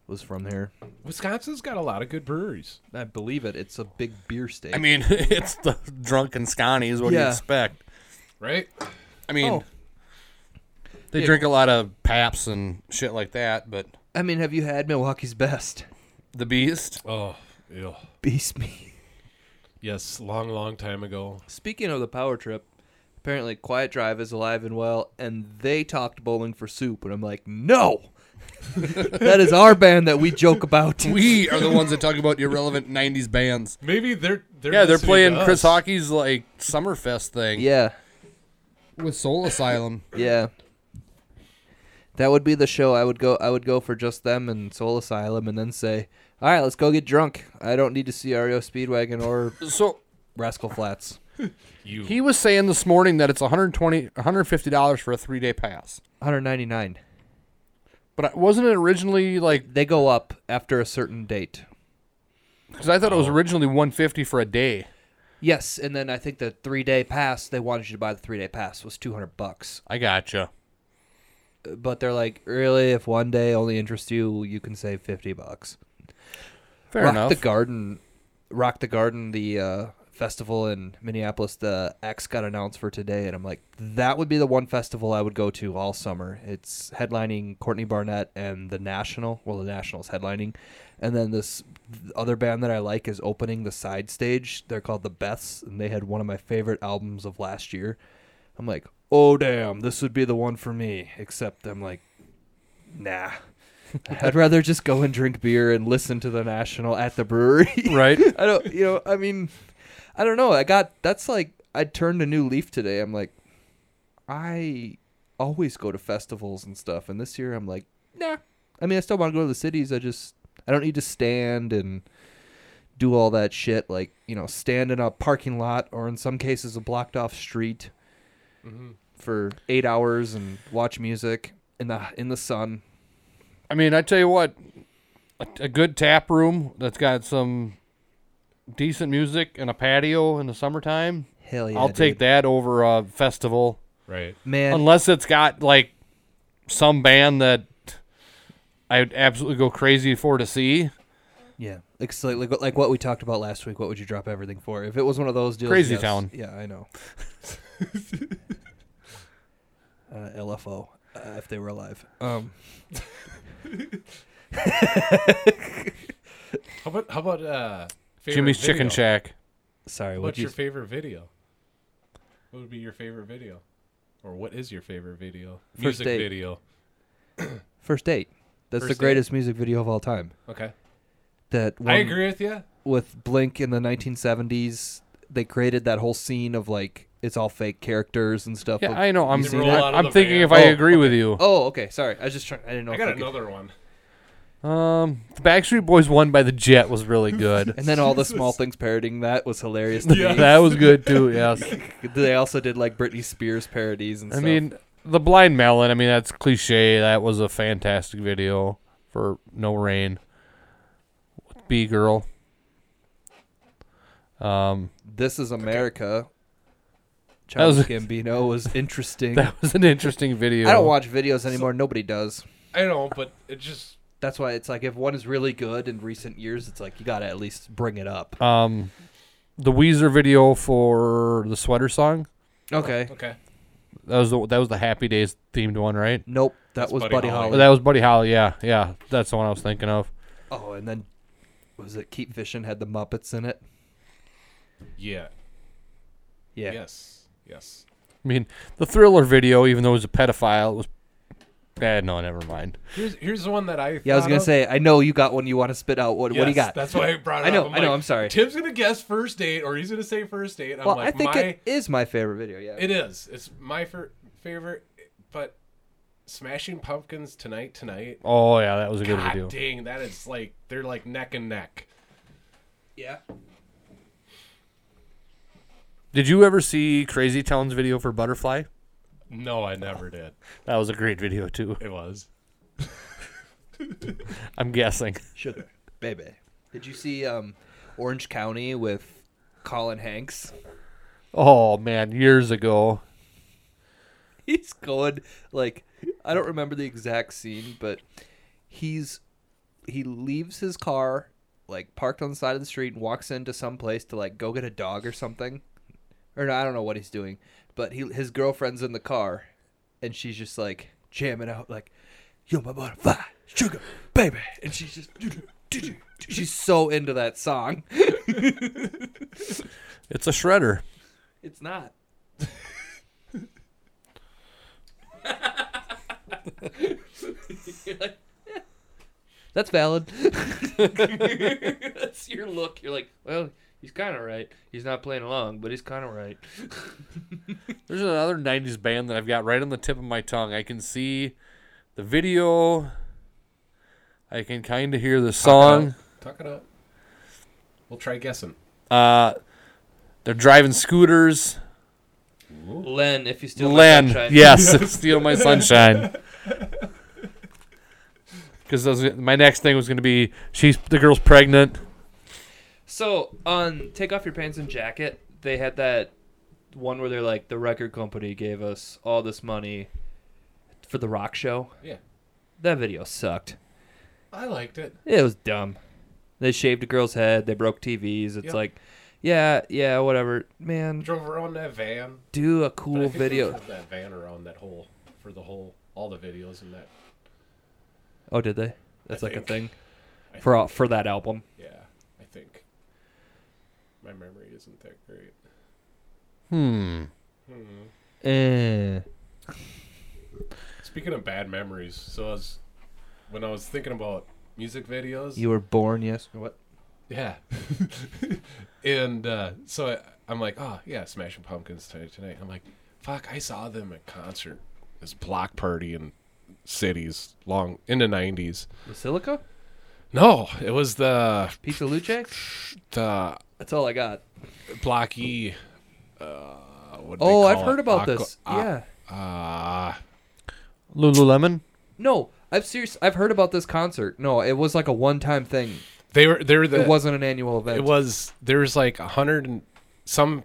Speaker 2: was from here.
Speaker 3: Wisconsin's got a lot of good breweries.
Speaker 2: I believe it. It's a big beer state.
Speaker 1: I mean, it's the drunken Scotties. What do
Speaker 2: Yeah.
Speaker 1: you expect?
Speaker 3: Right?
Speaker 1: I mean,
Speaker 2: Oh.
Speaker 1: they
Speaker 2: Yeah.
Speaker 1: drink a lot of paps and shit like that, but
Speaker 2: I mean, have you had Milwaukee's best?
Speaker 1: the Beast.
Speaker 3: Oh, yeah.
Speaker 2: Beast me.
Speaker 3: Yes, long, long time ago.
Speaker 2: Speaking of the power trip, apparently Quiet Drive is alive and well, and they talked bowling for soup, and I'm like, no, that is our band that we joke about.
Speaker 1: We are the ones that talk about irrelevant '90s bands.
Speaker 3: Maybe they're, they're
Speaker 1: Yeah, they're
Speaker 3: listening
Speaker 1: playing
Speaker 3: to us.
Speaker 1: Chris Hockey's like Summerfest thing
Speaker 2: yeah,
Speaker 1: with Soul Asylum.
Speaker 2: yeah. That would be the show. I would go. I would go for just them and Soul Asylum, and then say, "All right, let's go get drunk. I don't need to see REO Speedwagon or
Speaker 1: So
Speaker 2: Rascal Flats."
Speaker 3: You
Speaker 1: he was saying this morning that it's 120, 150 dollars for a three day pass.
Speaker 2: 199.
Speaker 1: But I- wasn't it originally like
Speaker 2: They go up after a certain date.
Speaker 1: because I thought it was
Speaker 3: Oh.
Speaker 1: originally 150 for a day.
Speaker 2: Yes, and then I think the three day pass they wanted you to buy the three day pass was 200 bucks.
Speaker 1: I gotcha.
Speaker 2: but they're like, really, if one day only interests you, you can save fifty bucks.
Speaker 1: Fair
Speaker 2: Rock
Speaker 1: enough.
Speaker 2: the Garden, Rock the Garden, the uh, festival in Minneapolis. The X got announced for today, and I'm like, that would be the one festival I would go to all summer. It's headlining Courtney Barnett and the National. Well, the National's headlining, and then this other band that I like is opening the side stage. They're called the Beths, and they had one of my favorite albums of last year. I'm like, oh damn, this would be the one for me. Except I'm like, nah. I'd rather just go and drink beer and listen to the national at the brewery.
Speaker 1: right?
Speaker 2: I don't, you know, I mean, I don't know. I got that's like I turned a new leaf today. I'm like, I always go to festivals and stuff, and this year I'm like, nah. I mean, I still want to go to the cities. I just I don't need to stand and do all that shit. Like you know, stand in a parking lot or in some cases a blocked off street
Speaker 1: Mm-hmm.
Speaker 2: for eight hours and watch music in the in the sun.
Speaker 1: I mean, I tell you what, a, a good tap room that's got some decent music and a patio in the summertime.
Speaker 2: Hell yeah!
Speaker 1: I'll take
Speaker 2: dude.
Speaker 1: that over a festival,
Speaker 3: right.
Speaker 2: man.
Speaker 1: unless it's got like some band that I would absolutely go crazy for to see.
Speaker 2: Yeah, it's like, like like what we talked about last week. What would you drop everything for? If it was one of those deals,
Speaker 1: Crazy
Speaker 2: yes.
Speaker 1: Town.
Speaker 2: Yeah, I know. uh, LFO, uh, if they were alive. Um,
Speaker 3: How about how about uh favorite
Speaker 1: Jimmy's Chicken
Speaker 3: video?
Speaker 1: Shack.
Speaker 2: sorry,
Speaker 3: What's
Speaker 2: what'd you?
Speaker 3: your favorite video? What would be your favorite video? Or what is your favorite video? Music
Speaker 2: date.
Speaker 3: video.
Speaker 2: first date. That's
Speaker 3: First
Speaker 2: the greatest music video of all time.
Speaker 3: Okay.
Speaker 2: That one
Speaker 3: I agree with you.
Speaker 2: with Blink in the 1970s. They created that whole scene of like it's all fake characters and stuff.
Speaker 1: Yeah,
Speaker 2: of-
Speaker 1: I know. I'm
Speaker 3: You
Speaker 1: I'm,
Speaker 3: roll out of the
Speaker 1: thinking
Speaker 3: van.
Speaker 1: if I
Speaker 2: Oh,
Speaker 1: agree with you.
Speaker 2: Oh, okay. Sorry, I was just trying. I didn't know.
Speaker 3: I
Speaker 2: if
Speaker 3: got
Speaker 2: could-
Speaker 3: another one.
Speaker 1: Um, the Backstreet Boys won by the Jet was really good.
Speaker 2: And then all the small things parroting that was hilarious to me.
Speaker 3: Yeah.
Speaker 1: that was good too. Yes.
Speaker 2: They also did like Britney Spears parodies and
Speaker 1: I
Speaker 2: stuff.
Speaker 1: mean, the blind melon. I mean, that's cliche. That was a fantastic video for No Rain. B girl. Um,
Speaker 2: This is America.
Speaker 1: That was-
Speaker 2: Childish Gambino was interesting. I
Speaker 1: that was an interesting video.
Speaker 2: don't watch videos anymore. Nobody does.
Speaker 3: I know, but it just
Speaker 2: That's why it's like if one is really good in recent years, it's like you gotta at least bring it up.
Speaker 1: um the Weezer video for the sweater song.
Speaker 2: Okay.
Speaker 3: okay.
Speaker 1: That was the that was the Happy Days themed one, right?
Speaker 2: Nope. That
Speaker 3: That's
Speaker 2: was
Speaker 3: Buddy
Speaker 2: Buddy
Speaker 1: Oh,
Speaker 2: Holly.
Speaker 1: that was Buddy Holly. Yeah, yeah, that's the one I was thinking of.
Speaker 2: Oh, and then was it Keep Fishing had the Muppets in it?
Speaker 3: Yeah.
Speaker 2: Yeah.
Speaker 3: Yes. Yes.
Speaker 1: I mean, the Thriller video, even though it was a pedophile, it was. Eh, no, never mind.
Speaker 3: Here's here's one that I
Speaker 2: Yeah, I was
Speaker 3: thought
Speaker 2: gonna
Speaker 3: of.
Speaker 2: say. I know you got one. You want to spit out? What? what do you
Speaker 3: Yes,
Speaker 2: got?
Speaker 3: That's why I brought it
Speaker 2: I know,
Speaker 3: up.
Speaker 2: I know,
Speaker 3: like,
Speaker 2: I'm sorry.
Speaker 3: Tim's gonna guess first date, or he's gonna say first date. I'm
Speaker 2: well,
Speaker 3: like,
Speaker 2: I think
Speaker 3: my,
Speaker 2: it is my favorite video. Yeah.
Speaker 3: It is. It's my fir- favorite, but Smashing Pumpkins tonight, tonight.
Speaker 1: Oh yeah, that was a good
Speaker 3: God
Speaker 1: video.
Speaker 3: dang, that is like they're like neck and neck.
Speaker 2: yeah.
Speaker 1: Did you ever see Crazy Town's video for Butterfly?
Speaker 3: No, I never did.
Speaker 1: That was a great video too.
Speaker 3: It was.
Speaker 1: I'm guessing.
Speaker 2: Sugar, baby. Did you see um, Orange County with Colin Hanks?
Speaker 1: Oh man, years ago.
Speaker 2: He's going like I don't remember the exact scene, but he's he leaves his car like parked on the side of the street and walks into some place to like go get a dog or something. Or no, I don't know what he's doing, but he his girlfriend's in the car and she's just like jamming out like you're my butterfly, sugar, baby. And she's just she's so into that song.
Speaker 1: It's a shredder.
Speaker 2: It's not. You're like, "Eh, That's valid. That's your look. You're like, well, he's kind of right. He's not playing along, but he's kind of right.
Speaker 1: There's another 90s band that I've got right on the tip of my tongue. I can see the video. I can kind of hear the song.
Speaker 3: Tuck it up. We'll try guessing.
Speaker 1: Uh, they're driving scooters.
Speaker 2: Len, if you still
Speaker 1: Len, yes, steal my sunshine. Because my next thing was going to be she's the girl's pregnant.
Speaker 2: So on Take Off Your Pants and Jacket, they had that one where they're like, the record company gave us all this money for the rock show.
Speaker 3: Yeah.
Speaker 2: That video sucked.
Speaker 3: I liked it.
Speaker 2: It was dumb. They shaved a girl's head. They broke TVs. It's
Speaker 3: Yep.
Speaker 2: like, yeah, yeah, whatever. Man,
Speaker 3: Drove around that van.
Speaker 2: do a
Speaker 3: But I
Speaker 2: cool
Speaker 3: think they
Speaker 2: video.
Speaker 3: drove That van around that whole for the whole all the videos and that.
Speaker 2: Oh, did they? That's
Speaker 3: I
Speaker 2: like a thing
Speaker 3: think. I
Speaker 2: for all- for that album.
Speaker 3: Yeah, I think. My memory isn't that great.
Speaker 1: Hmm.
Speaker 2: Eh.
Speaker 3: Speaking of bad memories, so I was when I was thinking about music videos.
Speaker 2: You were born, yes. What?
Speaker 3: Yeah. and uh, so I, I'm like, oh yeah, Smashing Pumpkins tonight. tonight. I'm like, fuck, I saw them at concert. This block party in cities long in the '90s.
Speaker 2: Basilica?
Speaker 3: No, it was the
Speaker 2: Pizza Luce?
Speaker 3: the
Speaker 2: That's all I got.
Speaker 3: Block E. Uh, what do they
Speaker 2: Oh,
Speaker 3: call
Speaker 2: I've heard
Speaker 3: it?
Speaker 2: about
Speaker 3: Aqua-
Speaker 2: this. yeah.
Speaker 3: a- Uh,
Speaker 1: Lululemon.
Speaker 2: No, I've serious. I've heard about this concert. No, it was like a one-time thing.
Speaker 3: they were they were the
Speaker 2: It wasn't an annual event.
Speaker 3: it was there's like a hundred and some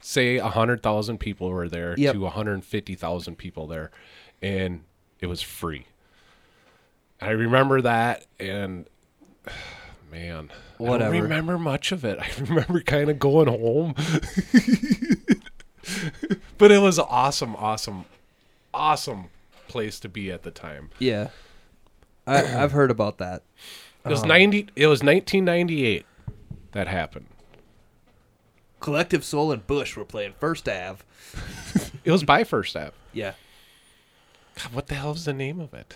Speaker 3: say a hundred thousand people were there
Speaker 2: Yep.
Speaker 3: to a hundred and fifty thousand people there, and it was free. I remember that, and man, I
Speaker 2: Whatever.
Speaker 3: don't remember much of it. I remember kind of going home, but it was an awesome, awesome, awesome place to be at the time.
Speaker 2: Yeah, I, I've heard about that.
Speaker 3: It
Speaker 2: Uh-huh.
Speaker 3: was ninety. It was nineteen ninety eight that happened.
Speaker 2: Collective Soul and Bush were playing First Ave.
Speaker 3: It was by first app.
Speaker 2: Yeah,
Speaker 3: God, what the hell is the name of it?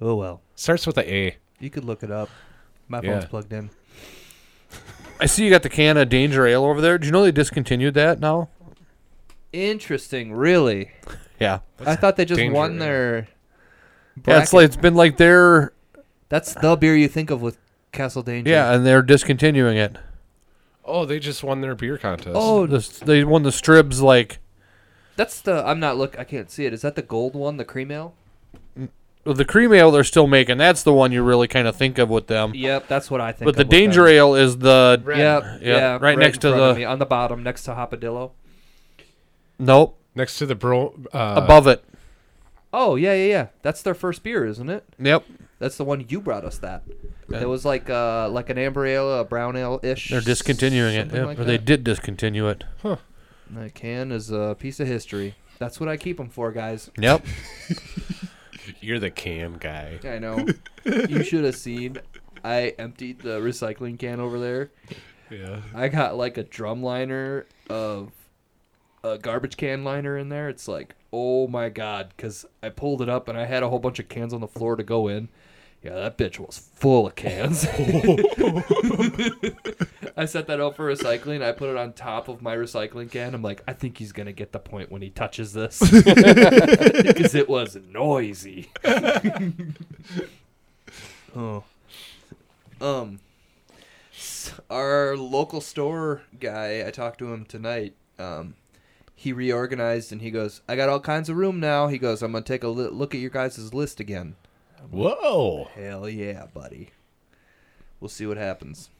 Speaker 2: Oh well,
Speaker 3: Starts with a A.
Speaker 2: you could look it up. My
Speaker 3: Yeah.
Speaker 2: phone's plugged in.
Speaker 1: I see you got the can of Danger Ale over there. Do you know they discontinued that now?
Speaker 2: Interesting, really.
Speaker 1: Yeah.
Speaker 2: I thought they just
Speaker 3: Danger,
Speaker 2: won
Speaker 3: yeah.
Speaker 2: their.
Speaker 1: Yeah, it's
Speaker 2: bracket.
Speaker 1: like it's been like they're
Speaker 2: that's the beer you think of with Castle Danger.
Speaker 1: yeah, and they're discontinuing it.
Speaker 3: Oh, they just won their beer contest.
Speaker 1: Oh, the, they won the Stribs like
Speaker 2: that's the. I'm not look. I can't see it. Is that the gold one, the cream ale?
Speaker 1: the cream ale they're still making. That's the one you really kind of think of with them.
Speaker 2: Yep, that's what I think.
Speaker 1: but the
Speaker 2: of with them.
Speaker 1: Danger Ale is the
Speaker 3: Red.
Speaker 2: Yep,
Speaker 1: Yeah,
Speaker 2: yeah,
Speaker 1: right next
Speaker 2: in
Speaker 1: to
Speaker 2: front of
Speaker 1: the-
Speaker 2: me, on the bottom next to Hopadillo.
Speaker 1: nope
Speaker 3: Next to the bro, uh,
Speaker 1: above it.
Speaker 2: Oh yeah, yeah, yeah. That's their first beer, isn't it?
Speaker 1: Yep.
Speaker 2: That's the one you brought us. That it was like uh like an amber ale, a brown ale ish.
Speaker 1: They're discontinuing it.
Speaker 2: something
Speaker 1: Yep,
Speaker 2: like
Speaker 1: or they
Speaker 2: that.
Speaker 1: did discontinue it.
Speaker 2: That can is a piece of history. That's what I keep them for, guys.
Speaker 1: Yep.
Speaker 3: you're the can guy.
Speaker 2: I know. you should have seen. I emptied the recycling can over there.
Speaker 3: Yeah.
Speaker 2: I got like a drum liner of a garbage can liner in there. It's like, oh my god, because I pulled it up and I had a whole bunch of cans on the floor to go in. Yeah, that bitch was full of cans. I set that up for recycling. I put it on top of my recycling can. I'm like, I think he's gonna get the point when he touches this because it was noisy. oh, um our local store guy i talked to him tonight um, he reorganized and he goes i got all kinds of room now he goes i'm gonna take a li- look at your guys' list again
Speaker 3: Whoa.
Speaker 2: hell yeah buddy we'll see what happens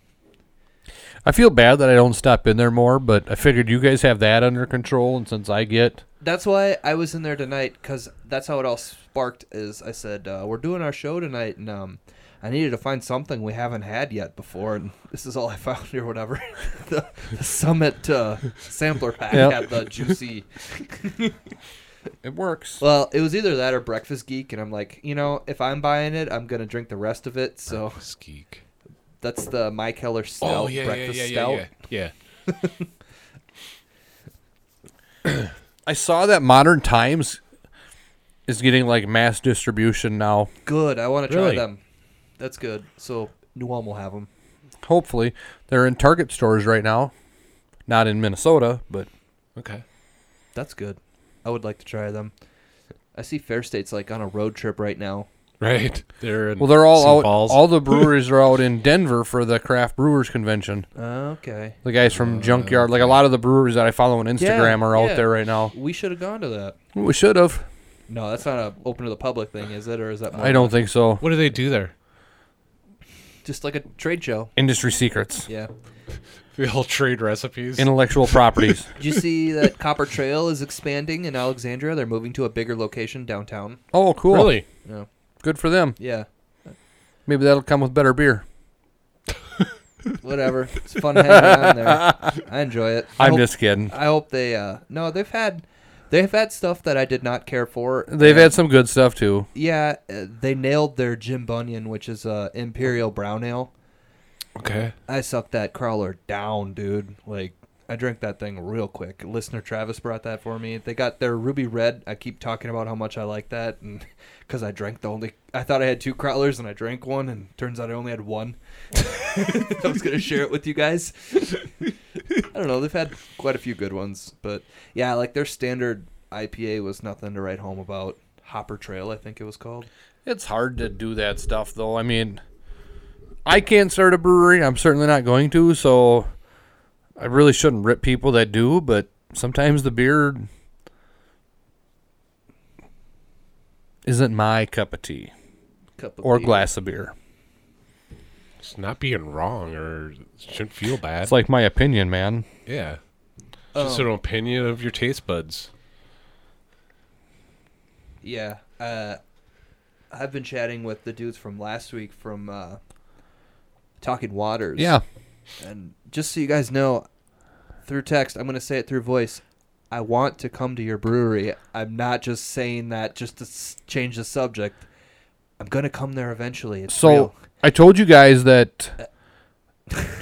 Speaker 1: I feel bad that I don't stop in there more, but I figured you guys have that under control, and since I get
Speaker 2: that's why i was in there tonight because that's how it all sparked is i said uh, we're doing our show tonight and um, i needed to find something we haven't had yet before and this is all i found or whatever the, the summit uh, sampler pack
Speaker 1: Yep.
Speaker 2: had the juicy
Speaker 1: it works.
Speaker 2: Well, it was either that or Breakfast Geek, and I'm like, you know, if I'm buying it, I'm gonna drink the rest of it. So
Speaker 3: Skeek.
Speaker 2: That's the My Keller Stout
Speaker 3: Oh yeah, yeah,
Speaker 2: breakfast
Speaker 3: yeah, yeah,
Speaker 2: stout.
Speaker 3: yeah, yeah.
Speaker 1: I saw that Modern Times is getting like mass distribution now.
Speaker 2: Good. I want to
Speaker 3: Really?
Speaker 2: try them. That's good. So New Ulm will have them.
Speaker 1: Hopefully, they're in Target stores right now. Not in Minnesota, but
Speaker 3: Okay.
Speaker 2: That's good. I would like to try them. I see Fair State's like on a road trip right now.
Speaker 3: Right. They're in
Speaker 1: well, they're all
Speaker 3: Sioux
Speaker 1: out.
Speaker 3: Falls.
Speaker 1: All the breweries are out in Denver for the craft brewers convention.
Speaker 2: Okay.
Speaker 1: The guys from Junkyard, like a lot of the breweries that I follow on Instagram, are out
Speaker 2: yeah.
Speaker 1: there right now.
Speaker 2: We should have gone to that.
Speaker 1: We should have.
Speaker 2: No, that's not a open to the public thing, is it? Or is that more
Speaker 1: I don't think so.
Speaker 3: what do they do there?
Speaker 2: just like a trade show?
Speaker 1: Industry secrets,
Speaker 2: Yeah.
Speaker 3: They all trade recipes.
Speaker 1: intellectual properties.
Speaker 2: Did you see that Copper Trail is expanding in Alexandria? They're moving to a bigger location downtown.
Speaker 1: Oh, cool.
Speaker 3: really?
Speaker 2: No.
Speaker 1: Good for them.
Speaker 2: Yeah.
Speaker 1: Maybe that'll come with better beer.
Speaker 2: Whatever. It's fun hanging out there. I enjoy it. I
Speaker 1: I'm
Speaker 2: hope-
Speaker 1: just kidding.
Speaker 2: I hope they. uh No, they've had. They've had stuff that I did not care for.
Speaker 1: They've
Speaker 2: and-
Speaker 1: had some good stuff too.
Speaker 2: Yeah, uh, they nailed their Jim Bunyan, which is a imperial brown ale.
Speaker 3: Okay.
Speaker 2: I sucked that crawler down, dude. Like I drank that thing real quick. Listener Travis brought that for me. They got their ruby red. I keep talking about how much I like that, and because I drank the only, I thought I had two crawlers and I drank one, and turns out I only had one. I was gonna share it with you guys. I don't know. They've had quite a few good ones, but yeah, like their standard IPA was nothing to write home about. Hopper Trail, I think it was called.
Speaker 1: It's hard to do that stuff though. I mean, I can't start a brewery. I'm certainly not going to. So I really shouldn't rip people that do. But sometimes the beer isn't my cup of tea
Speaker 2: Cup of
Speaker 1: or
Speaker 2: beer.
Speaker 1: glass of beer.
Speaker 3: It's not being wrong or shouldn't feel bad.
Speaker 1: It's like my opinion, man.
Speaker 3: yeah. It's Just an opinion of your taste buds.
Speaker 2: Yeah. Uh, I've been chatting with the dudes from last week from uh, Talking Waters.
Speaker 1: Yeah.
Speaker 2: And just so you guys know, through text, I'm going to say it through voice. I want to come to your brewery. I'm not just saying that just to s- change the subject. I'm going to come there eventually. It's
Speaker 1: So
Speaker 2: real.
Speaker 1: I told you guys that.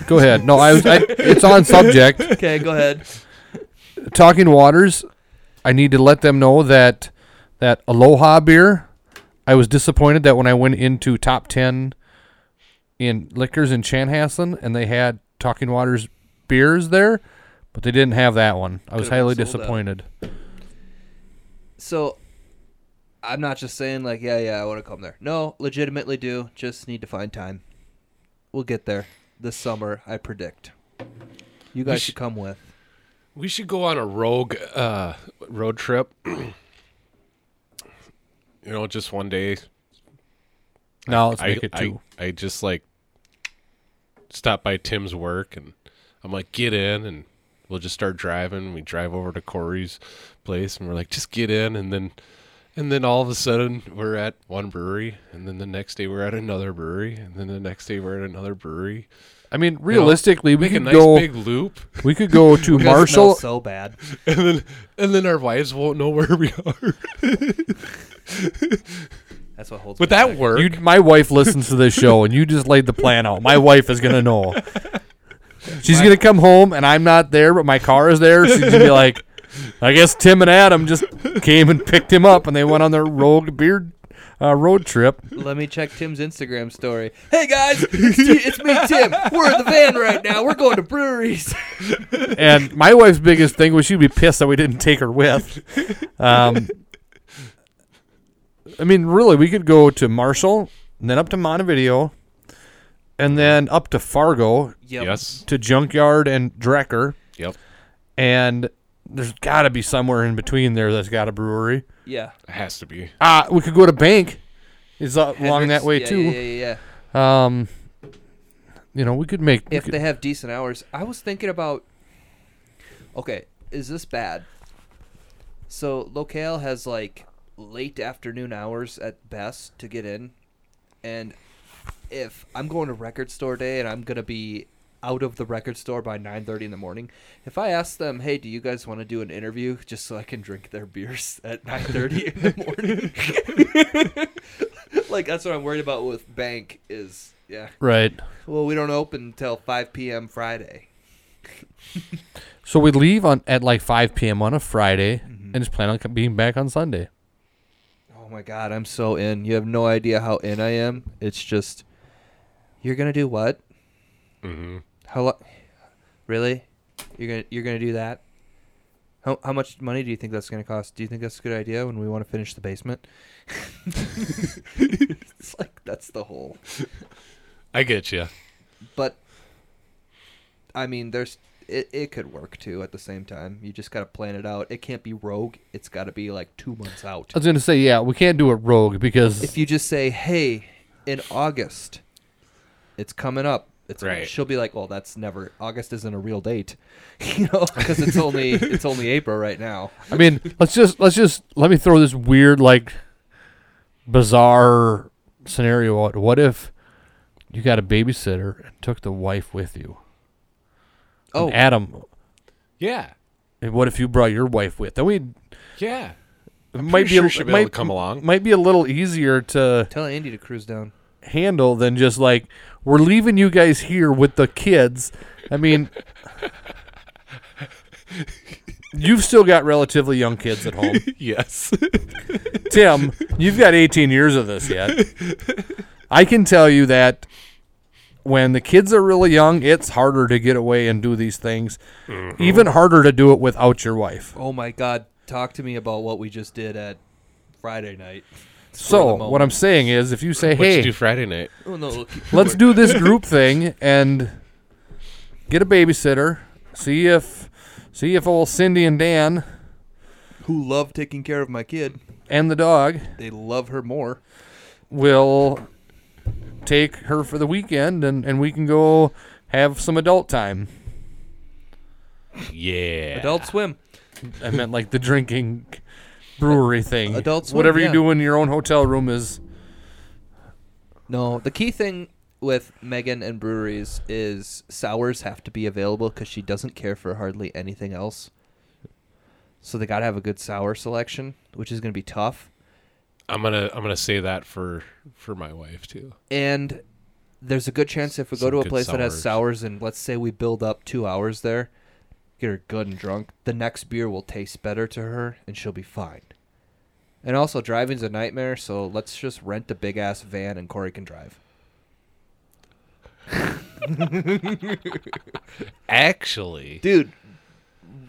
Speaker 1: Go ahead. No, I was. I, it's on subject.
Speaker 2: Okay, go ahead.
Speaker 1: Talking Waters, I need to let them know that that Aloha beer. I was disappointed that when I went into top ten in liquors in Chanhassen, and they had Talking Waters beers there, but they didn't have that one. I was
Speaker 2: Could've been
Speaker 1: highly
Speaker 2: sold out.
Speaker 1: disappointed.
Speaker 2: So I'm not just saying, like, yeah, yeah, I want to come there. No, legitimately do. Just need to find time. We'll get there this summer, I predict. You guys should
Speaker 3: should-
Speaker 2: come with.
Speaker 3: We should go on a rogue uh, road trip. you know, just one day.
Speaker 1: Now let's
Speaker 3: I,
Speaker 1: make it
Speaker 3: I-
Speaker 1: two.
Speaker 3: I just like stop by Tim's work and I'm like, get in and we'll just start driving. We drive over to Corey's place and we're like, just get in and then and then all of a sudden we're at one brewery and then the next day we're at another brewery and then the next day we're at another brewery.
Speaker 1: I, mean, realistically, we
Speaker 3: Make a
Speaker 1: could
Speaker 3: nice
Speaker 1: go.
Speaker 3: big loop
Speaker 1: We could go to
Speaker 2: You guys smell
Speaker 1: Marshall.
Speaker 2: so bad.
Speaker 3: and then and then our wives won't know where we are.
Speaker 2: That's what holds.
Speaker 3: Would
Speaker 2: me
Speaker 3: that
Speaker 2: back.
Speaker 3: work?
Speaker 1: You, my wife listens to this show, and you just laid the plan out. My wife is gonna know. She's gonna come home, and I'm not there, but my car is there. She's gonna be like, "I guess Tim and Adam just came and picked him up, and they went on their rogue beard uh, road trip."
Speaker 2: Let me check Tim's Instagram story. Hey guys, it's, T- it's me, Tim. We're in the van right now. We're going to breweries.
Speaker 1: And my wife's biggest thing was she'd be pissed that we didn't take her with. Um, I mean, really, we could go to Marshall, and then up to Montevideo, and then up to Fargo
Speaker 2: Yep.
Speaker 3: Yes.
Speaker 1: to Junkyard and Drecker.
Speaker 3: Yep.
Speaker 1: and there's got to be somewhere in between there that's got a brewery.
Speaker 2: Yeah.
Speaker 3: It has to be.
Speaker 1: Ah, we could go to Bank. Is up along
Speaker 2: Hendricks,
Speaker 1: that way
Speaker 2: yeah,
Speaker 1: too.
Speaker 2: Yeah, yeah, yeah.
Speaker 1: Um, you know, we could make. we
Speaker 2: if
Speaker 1: could-
Speaker 2: they have decent hours. I was thinking about okay, is this bad? So locale has like late afternoon hours at best to get in, and if I'm going to record store day and I'm gonna be out of the record store by 9:30 in the morning, if I ask them, "Hey, do you guys want to do an interview just so I can drink their beers at 9:30 in the morning?" like that's what I'm worried about with bank is Yeah.
Speaker 1: Right.
Speaker 2: Well, we don't open until 5 p.m. Friday.
Speaker 1: So we leave on at like 5 p.m. on a Friday
Speaker 2: Mm-hmm.
Speaker 1: and just plan on co- being back on Sunday.
Speaker 2: Oh my God, I'm so in. You have no idea how in I am. It's just, you're gonna do what? Mm-hmm. How long? Really? You're gonna you're gonna do that? How how much money do you think that's gonna cost? Do you think that's a good idea when we want to finish the basement? it's like that's the whole.
Speaker 3: I get you.
Speaker 2: But I mean, there's it, it could work too. At the same time, you just gotta plan it out. It can't be rogue. It's gotta be like two months out.
Speaker 1: I was going to say, yeah, we can't do it rogue because
Speaker 2: if you just say, "Hey, in August, it's coming up," it's
Speaker 3: Right.
Speaker 2: she'll be like, "Well, that's never August isn't a real date, you know, because it's only it's only April right now."
Speaker 1: I mean, let's just let's just let me throw this weird like bizarre scenario out. What if you got a babysitter and took the wife with you?
Speaker 2: Oh,
Speaker 1: And Adam,
Speaker 3: Yeah.
Speaker 1: and what if you brought your wife with? Then we
Speaker 3: Yeah.
Speaker 1: it
Speaker 3: I'm
Speaker 1: might
Speaker 3: pretty
Speaker 1: be, a-
Speaker 3: sure she'll
Speaker 1: it
Speaker 3: be
Speaker 1: might,
Speaker 3: able to come along.
Speaker 1: Might be a little easier to
Speaker 2: tell Andy to cruise down.
Speaker 1: handle than just like we're leaving you guys here with the kids. I mean, you've still got relatively young kids at home.
Speaker 3: Yes.
Speaker 1: Tim, you've got 18 years of this yet. I can tell you that when the kids are really young, it's harder to get away and do these things.
Speaker 3: Mm-hmm.
Speaker 1: Even harder to do it without your wife.
Speaker 2: Oh my God, talk to me about what we just did at Friday night.
Speaker 1: So,
Speaker 2: the
Speaker 1: what I'm saying is if you say,
Speaker 3: What you
Speaker 1: "Hey,
Speaker 3: do Friday night?
Speaker 2: Oh no, look,
Speaker 1: let's do this group thing and get a babysitter. See if see if old Cindy and Dan
Speaker 2: who love taking care of my kid?
Speaker 1: and the dog
Speaker 2: They love her more.
Speaker 1: will take her for the weekend and, and we can go have some adult time.
Speaker 3: Yeah.
Speaker 2: Adult Swim.
Speaker 1: I meant like the drinking brewery thing.
Speaker 2: Adult Swim,
Speaker 1: Whatever you
Speaker 2: yeah.
Speaker 1: do in your own hotel room is
Speaker 2: No, the key thing with Megan and breweries is sours have to be available because she doesn't care for hardly anything else. So they got to have a good sour selection, which is going to be tough.
Speaker 3: I'm gonna I'm gonna say that for for my wife too.
Speaker 2: And there's a good chance if we go
Speaker 3: Some
Speaker 2: to a
Speaker 3: good
Speaker 2: place that has
Speaker 3: sours.
Speaker 2: sours and let's say we build up two hours there, get her good and drunk, the next beer will taste better to her and she'll be fine. And also, driving's a nightmare, so let's just rent a big ass van and Corey can drive.
Speaker 3: Actually,
Speaker 2: dude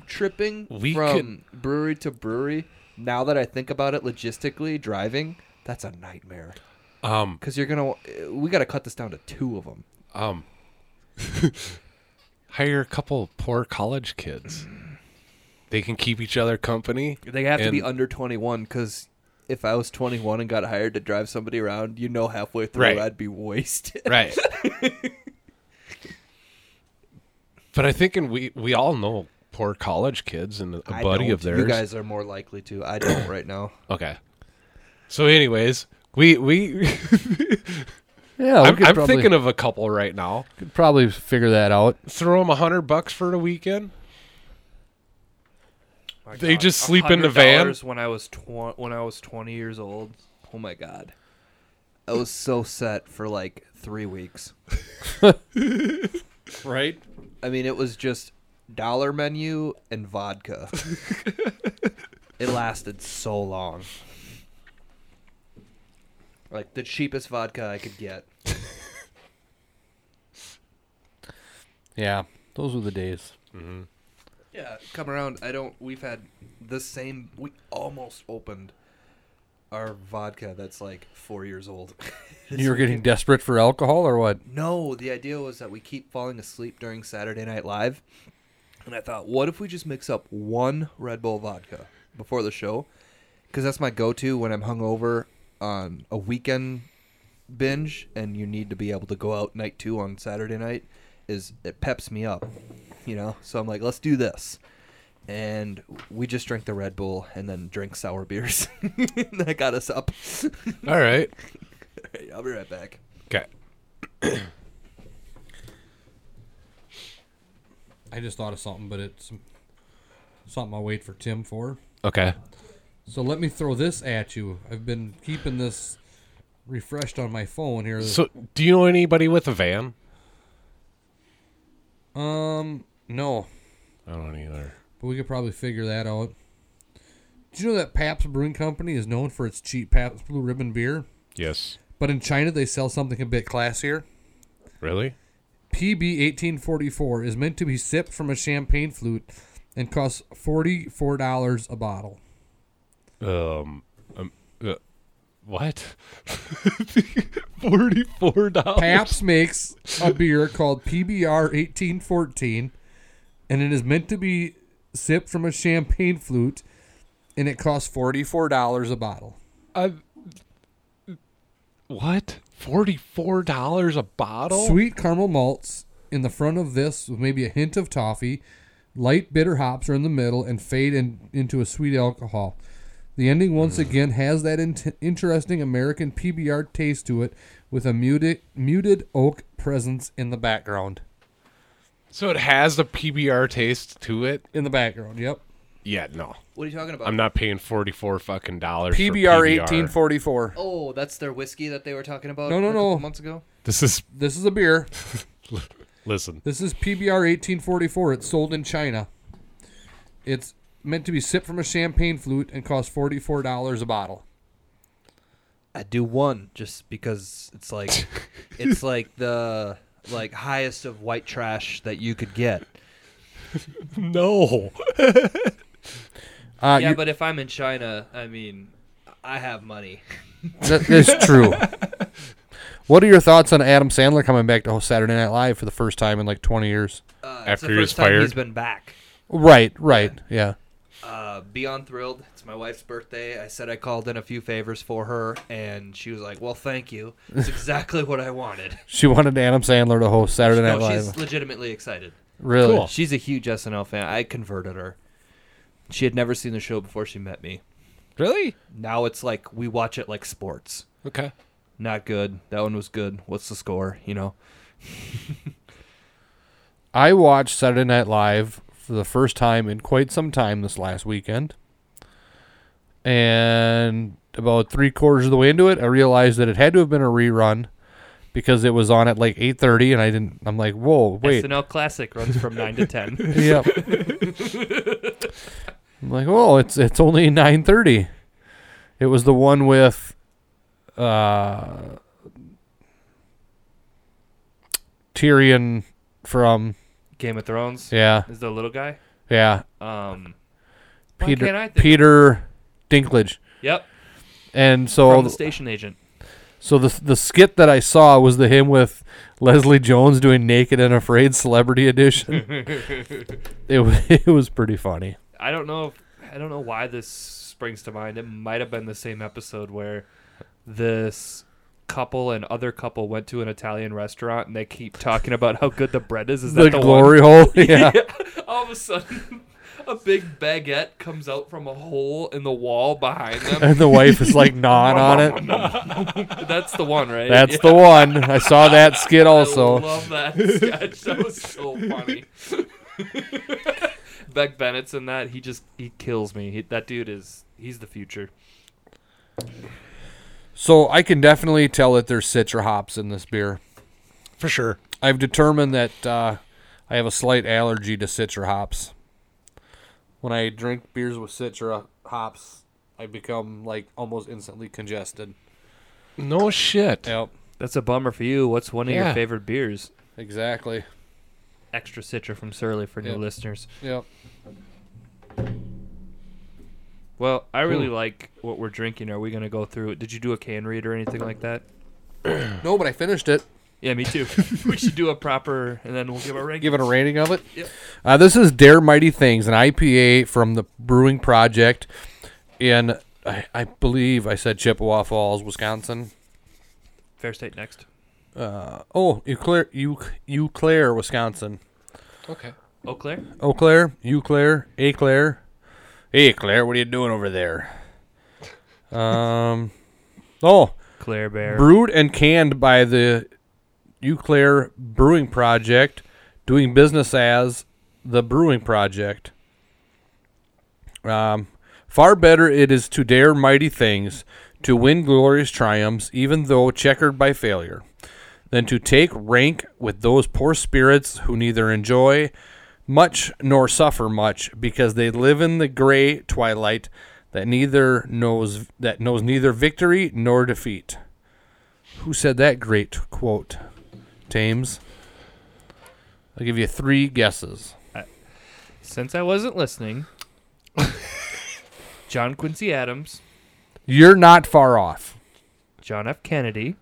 Speaker 2: tripping
Speaker 3: We
Speaker 2: from brewery to brewery now that i think about it logistically driving that's a nightmare
Speaker 3: um,
Speaker 2: because you're gonna uh, we gotta cut this down to two of them
Speaker 3: um, hire a couple poor college kids. They can keep each other company.
Speaker 2: they have to be
Speaker 3: and-
Speaker 2: under 21 because if i was 21 and got hired to drive somebody around you know halfway through
Speaker 3: Right.
Speaker 2: i'd be wasted
Speaker 3: right. but I think, and we we all know poor college kids and a
Speaker 2: I
Speaker 3: buddy
Speaker 2: don't.
Speaker 3: of theirs.
Speaker 2: you guys are more likely to i don't right now
Speaker 3: Okay. So, anyways, we we
Speaker 1: yeah. we
Speaker 3: I'm,
Speaker 1: could
Speaker 3: I'm
Speaker 1: probably,
Speaker 3: thinking of a couple right now.
Speaker 1: could probably figure that out.
Speaker 3: Throw them a hundred bucks for the weekend. They God. just sleep in the van? $100
Speaker 2: when i was tw- when i was 20 years old oh my god i was so set for like three weeks
Speaker 1: Right?
Speaker 2: I mean, it was just dollar menu and vodka. it lasted so long. Like the cheapest vodka I could get.
Speaker 1: Yeah. Those were the days.
Speaker 2: Yeah, come around. I don't. We've had the same. We almost opened our vodka that's like four years old.
Speaker 1: you were getting desperate for alcohol or what?
Speaker 2: No, the idea was that we keep falling asleep during Saturday Night Live. And I thought, what if we just mix up one Red Bull vodka before the show? Because that's my go to when I'm hungover on a weekend binge and you need to be able to go out night two on Saturday night, is it peps me up, you know? So I'm like, let's do this. And we just drink the Red Bull and then drink sour beers. that got us up.
Speaker 3: All right.
Speaker 2: I'll be right back.
Speaker 3: Okay.
Speaker 1: I just thought of something, but it's something I wait for Tim for.
Speaker 3: Okay.
Speaker 1: So let me throw this at you. I've been keeping this
Speaker 8: refreshed on my phone here.
Speaker 3: So, do you know anybody with a van?
Speaker 8: um, no,
Speaker 3: I don't either.
Speaker 8: but we could probably figure that out. Did you know that Pabst Brewing Company is known for its cheap Pabst Blue Ribbon beer?
Speaker 3: Yes.
Speaker 8: But in China, they sell something a bit classier.
Speaker 3: Really?
Speaker 8: PB 1844 is meant to be sipped from a champagne flute and costs $44 a bottle.
Speaker 3: Um. um, uh, what? Forty-four dollars.
Speaker 8: Pabst makes a beer called PBR 1814, and it is meant to be sipped from a champagne flute, and it costs forty-four dollars a bottle.
Speaker 3: What? Forty-four dollars a bottle?
Speaker 8: Sweet caramel malts in the front of this, with maybe a hint of toffee. Light bitter hops are in the middle and fade in, into a sweet alcohol. The ending once again has that int interesting American PBR taste to it, with a muted muted oak presence in the background.
Speaker 3: So it has the PBR taste to it.
Speaker 8: In the background, yep.
Speaker 3: Yeah. No,
Speaker 2: What are you talking about?
Speaker 3: I'm not paying forty-four fucking dollars.
Speaker 1: PBR,
Speaker 3: for
Speaker 1: 1844.
Speaker 2: Oh, that's their whiskey that they were talking about.
Speaker 8: No, no,
Speaker 2: a couple
Speaker 8: no.
Speaker 2: Months ago.
Speaker 3: This is
Speaker 8: This is a beer.
Speaker 3: listen.
Speaker 8: This is PBR 1844. It's sold in China. It's meant to be sipped from a champagne flute and costs $44 a bottle.
Speaker 2: I do one just because it's like, it's like the like highest of white trash that you could get.
Speaker 3: No.
Speaker 1: Uh,
Speaker 2: Yeah,
Speaker 1: you-
Speaker 2: but if I'm in China, I mean, I have money.
Speaker 1: that is true. What are your thoughts on Adam Sandler coming back to host Saturday Night Live for the first time in like 20 years?
Speaker 2: Uh, it's
Speaker 3: After
Speaker 2: the
Speaker 3: he was
Speaker 2: first time he's
Speaker 3: fired?
Speaker 2: been back.
Speaker 1: Right, right, yeah.
Speaker 2: Uh, beyond thrilled. It's my wife's birthday. I said I called in a few favors for her, and she was like, "Well, thank you. It's exactly what I wanted."
Speaker 1: She wanted Adam Sandler to host Saturday Night
Speaker 2: No,
Speaker 1: Live.
Speaker 2: she's legitimately excited.
Speaker 1: Really?
Speaker 3: Cool.
Speaker 2: She's a huge SNL fan. I converted her. She had never seen the show before she met me.
Speaker 3: Really?
Speaker 2: Now it's like we watch it like sports.
Speaker 3: Okay.
Speaker 2: Not good. That one was good. What's the score? You know.
Speaker 1: I watched Saturday Night Live for the first time in quite some time this last weekend. And about three quarters of the way into it, I realized that it had to have been a rerun because it was on at like 8.30 and I didn't, I'm like, whoa, wait.
Speaker 2: SNL Classic runs from nine to ten.
Speaker 1: yep. I'm like, oh, it's it's only nine thirty. It was the one with, uh, Tyrion from
Speaker 2: Game of Thrones
Speaker 1: yeah
Speaker 2: is the little guy.
Speaker 1: yeah
Speaker 2: Um, why
Speaker 1: Peter
Speaker 2: can't I think-
Speaker 1: Peter Dinklage,
Speaker 2: yep,
Speaker 1: and
Speaker 2: from
Speaker 1: so
Speaker 2: the station agent.
Speaker 1: so the the skit that I saw was the him with Leslie Jones doing Naked and Afraid Celebrity Edition. it wa- it was pretty funny.
Speaker 9: I don't know. If, I don't know why this springs to mind. It might have been the same episode where this couple and other couple went to an Italian restaurant and they keep talking about how good the bread is. Is that
Speaker 1: The,
Speaker 9: the,
Speaker 1: glory hole, yeah.
Speaker 9: One? All of a sudden, a big baguette comes out from a hole in the wall behind them.
Speaker 1: and the wife is like gnawing on it.
Speaker 9: That's the one, right?
Speaker 1: That's the one. I saw that skit
Speaker 9: I
Speaker 1: also.
Speaker 9: love that sketch. That was so funny. Beck Bennett's in that. He just he kills me. He, that dude is he's the future.
Speaker 1: So I can definitely tell that there's citra hops in this beer.
Speaker 3: For sure.
Speaker 1: I've determined that uh, I have a slight allergy to citra hops. When I drink beers with citra hops, I become like almost instantly congested.
Speaker 3: No shit.
Speaker 1: Yep,
Speaker 9: That's a bummer for you. What's one of
Speaker 3: Yeah.
Speaker 9: your favorite beers?
Speaker 1: exactly.
Speaker 9: Extra Citra from Surly for new
Speaker 1: Yeah.
Speaker 9: listeners.
Speaker 1: Yep.
Speaker 9: Well, I really like what we're drinking. Are we gonna go through it? Did you do a can read or anything like that?
Speaker 1: No, but I finished it.
Speaker 9: Yeah, me too. we should do a proper, and then we'll give our rank.
Speaker 1: Give it a rating of it. Uh, this is Dare Mighty Things, an IPA from the Brewing Project in, I, I believe I said Chippewa Falls, Wisconsin.
Speaker 9: Fair State next.
Speaker 1: Oh, Eau Claire, Eau, Eau Claire, Wisconsin.
Speaker 3: Okay.
Speaker 9: Eau Oh, Claire.
Speaker 1: Eau Oh, Claire, Eau Claire, Eau Claire. Hey, Claire, what are you doing over there? Um, oh,
Speaker 9: Claire Bear.
Speaker 1: brewed and canned by the Eau Claire Brewing Project, doing business as the Brewing Project. Um, far better it is to dare mighty things, to win glorious triumphs, even though checkered by failure, than to take rank with those poor spirits who neither enjoy much nor suffer much, because they live in the gray twilight that neither knows that knows neither victory nor defeat. Who said that great quote? Thames. I'll give you three guesses.
Speaker 2: Since I wasn't listening, John Quincy Adams,
Speaker 1: You're not far off.
Speaker 2: John F. Kennedy,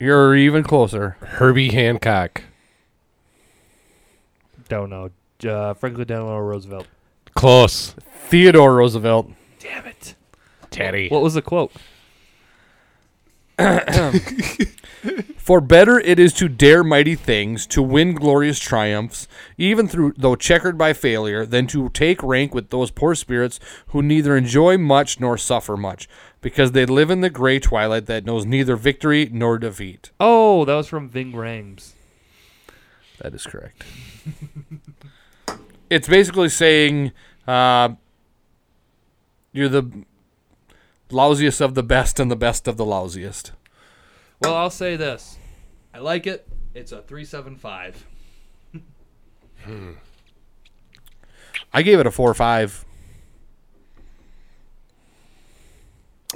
Speaker 1: You're even closer.
Speaker 3: Herbie Hancock,
Speaker 2: don't know, uh, Franklin Delano Roosevelt.
Speaker 3: close.
Speaker 1: Theodore Roosevelt.
Speaker 2: Damn it.
Speaker 3: Teddy.
Speaker 2: What was the quote?
Speaker 1: For better it is to dare mighty things, to win glorious triumphs, even through though checkered by failure, than to take rank with those poor spirits who neither enjoy much nor suffer much, because they live in the gray twilight that knows neither victory nor defeat.
Speaker 2: Oh, that was from Ving Rhames.
Speaker 1: That is correct. it's basically saying uh, you're the lousiest of the best and the best of the lousiest.
Speaker 2: Well, I'll say this. I like it. It's a 375.
Speaker 1: I gave it a four or five.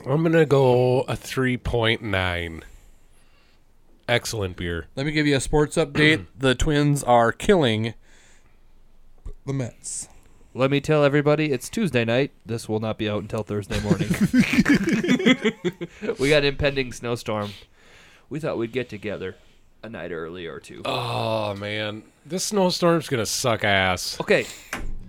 Speaker 3: I'm gonna go a three point nine. Excellent beer.
Speaker 1: Let me give you a sports update. the Twins are killing the Mets.
Speaker 8: Let me tell everybody, it's Tuesday night. This will not be out until Thursday morning. we got impending snowstorm. We thought we'd get together a night early or two.
Speaker 3: Oh man, this snowstorm's gonna suck ass.
Speaker 2: Okay,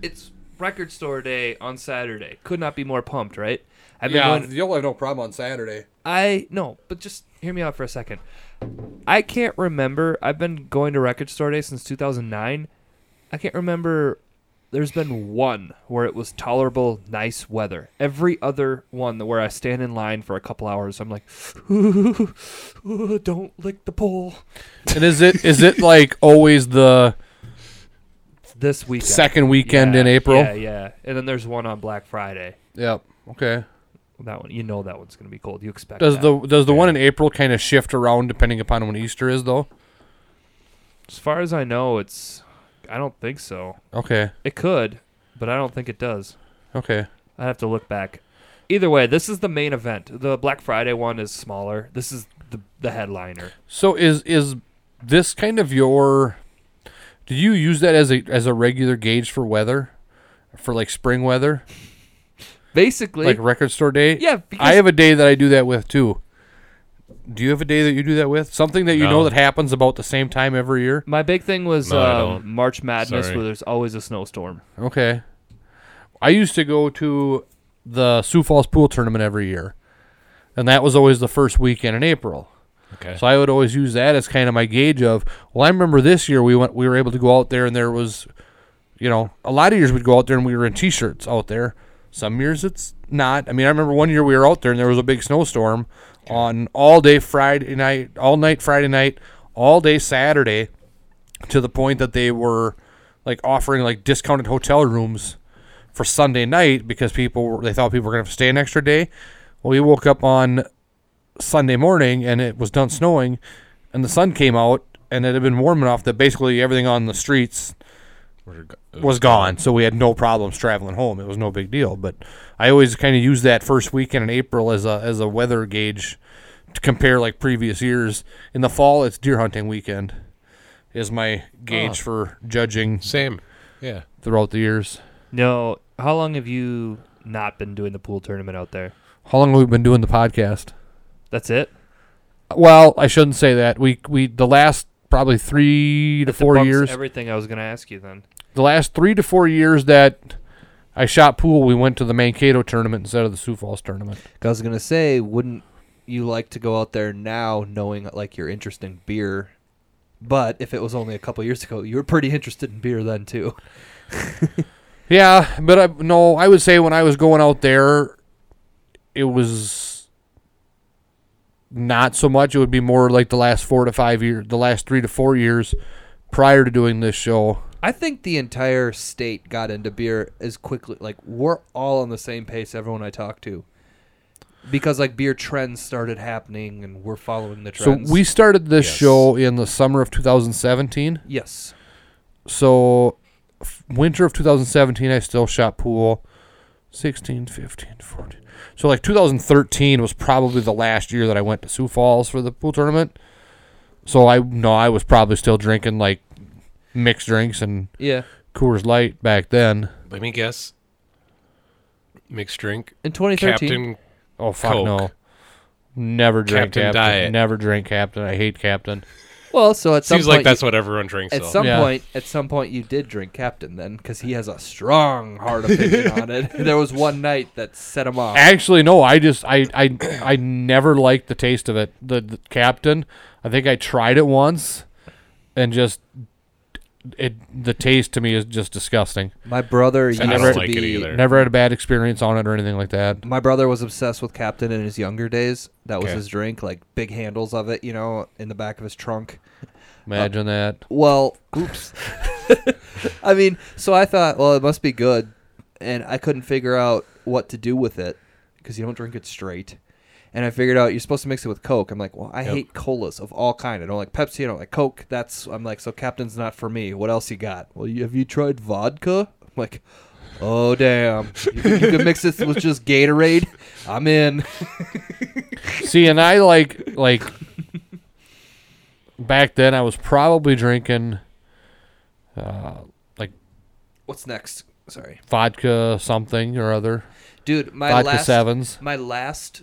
Speaker 2: it's record store day on Saturday. Could not be more pumped, right? I've been
Speaker 1: Yeah,
Speaker 2: going,
Speaker 1: you'll have no problem on Saturday.
Speaker 2: I no, but just hear me out for a second. I can't remember. I've been going to record store day since 2009. I can't remember. There's been one where it was tolerable, nice weather. Every other one where I stand in line for a couple hours, I'm like, ooh, ooh, don't lick the pole.
Speaker 1: And is it is it like always the
Speaker 2: This weekend,
Speaker 1: second weekend in
Speaker 2: Yeah,
Speaker 1: April?
Speaker 2: Yeah, yeah. And then there's one on Black Friday.
Speaker 1: Yep. Okay.
Speaker 2: That one, you know, that one's gonna be cold. You expect
Speaker 1: Does
Speaker 2: that.
Speaker 1: the does the one in April kind of shift around depending upon when Easter is though?
Speaker 2: As far as I know, it's. I don't think so.
Speaker 1: Okay.
Speaker 2: It could, but I don't think it does.
Speaker 1: Okay.
Speaker 2: I'd have to look back. Either way, this is the main event. The Black Friday one is smaller. This is the the headliner.
Speaker 1: So is is this kind of your? Do you use that as a as a regular gauge for weather, for like spring weather,
Speaker 2: Basically,
Speaker 1: like record store day?
Speaker 2: yeah. Because
Speaker 1: I have a day that I do that with too. Do you have a day that you do that with? Something that you know
Speaker 3: No.
Speaker 1: that happens about the same time every year?
Speaker 2: my big thing was
Speaker 3: No, I
Speaker 2: um,
Speaker 3: don't.
Speaker 2: March Madness,
Speaker 3: Sorry.
Speaker 2: where there's always a snowstorm.
Speaker 1: Okay. I used to go to the Sioux Falls pool tournament every year. And that was always the first weekend in April.
Speaker 3: Okay.
Speaker 1: So I would always use that as kind of my gauge of, well, I remember this year we went, we were able to go out there and there was, you know, a lot of years we'd go out there and we were in t-shirts out there. Some years it's not. I mean, I remember one year we were out there and there was a big snowstorm on all day Friday night, all night Friday night, all day Saturday, to the point that they were like offering like discounted hotel rooms for Sunday night because people were, they thought people were gonna have to stay an extra day. Well, we woke up on Sunday morning and it was done snowing and the sun came out and it had been warm enough that basically everything on the streets was gone. So we had no problems traveling home. It was no big deal. But I always kind of use that first weekend in April as a as a weather gauge to compare like previous years. In the fall it's deer hunting weekend is my gauge for judging
Speaker 3: Same. Yeah.
Speaker 1: throughout the years.
Speaker 2: No, how long have you not been doing the pool tournament out there?
Speaker 1: How long have we been doing the podcast?
Speaker 2: That's it.
Speaker 1: Well, I shouldn't say that. We we the last probably three to
Speaker 2: That
Speaker 1: four
Speaker 2: debunks
Speaker 1: years.
Speaker 2: Everything I was gonna ask you then.
Speaker 1: the last three to four years that I shot pool, we went to the Mankato tournament instead of the Sioux Falls tournament.
Speaker 8: I was gonna say, wouldn't you like to go out there now, knowing like you're interested in beer? But if it was only a couple years ago, you were pretty interested in beer then too.
Speaker 1: Yeah, but I, no, I would say when I was going out there, it was not so much. It would be more like the last four to five years, the last three to four years prior to doing this show.
Speaker 8: I think the entire state got into beer as quickly. Like we're all on the same pace. Everyone I talk to, because like beer trends started happening and we're following the
Speaker 1: So
Speaker 8: trends.
Speaker 1: we started this
Speaker 3: Yes.
Speaker 1: show in the summer of 2017.
Speaker 8: yes,
Speaker 1: So f- winter of 2017, I still shot pool. 16, 15, 14. So like 2013 was probably the last year that I went to Sioux Falls for the pool tournament. So I no, I was probably still drinking like mixed drinks and
Speaker 8: yeah.
Speaker 1: Coors Light back then.
Speaker 3: Let me guess. Mixed drink.
Speaker 8: In 2013,
Speaker 3: Captain.
Speaker 1: Oh fuck
Speaker 3: Coke.
Speaker 1: no. Never drink
Speaker 3: Captain
Speaker 1: Captain.
Speaker 3: Diet.
Speaker 1: Never drink Captain. I hate Captain.
Speaker 8: well, so at some
Speaker 3: Seems
Speaker 8: point
Speaker 3: like that's what everyone drinks.
Speaker 8: you, at
Speaker 3: though.
Speaker 8: some
Speaker 1: Yeah.
Speaker 8: point at some point you did drink Captain then because he has a strong hard opinion on it. There was one night that set him off.
Speaker 1: Actually, no. I just I I I never liked the taste of it. The, the Captain. I think I tried it once, and just it the taste to me is just disgusting.
Speaker 8: My brother used
Speaker 3: I don't
Speaker 8: to
Speaker 3: like it
Speaker 8: be
Speaker 3: either.
Speaker 1: Never had a bad experience on it or anything like that.
Speaker 8: my brother was obsessed with Captain in his younger days. That was
Speaker 3: Okay.
Speaker 8: his drink, like big handles of it, you know, in the back of his trunk.
Speaker 1: Imagine
Speaker 3: Uh,
Speaker 1: that.
Speaker 8: Well, oops. I mean, so I thought, well, it must be good, and I couldn't figure out what to do with it because you don't drink it straight. And I figured out you're supposed to mix it with Coke. I'm like, well, I hate colas of all kind. I don't like Pepsi. I don't like Coke. That's I'm like, so Captain's not for me. What else you got? Well, you, have you tried vodka? I'm like, oh damn, you, can- you can mix this with just Gatorade. I'm in.
Speaker 1: See, and I like like back then I was probably drinking uh, like
Speaker 8: What's next? Sorry,
Speaker 1: vodka something or other,
Speaker 8: dude. My
Speaker 1: vodka
Speaker 8: last
Speaker 1: sevens.
Speaker 8: my last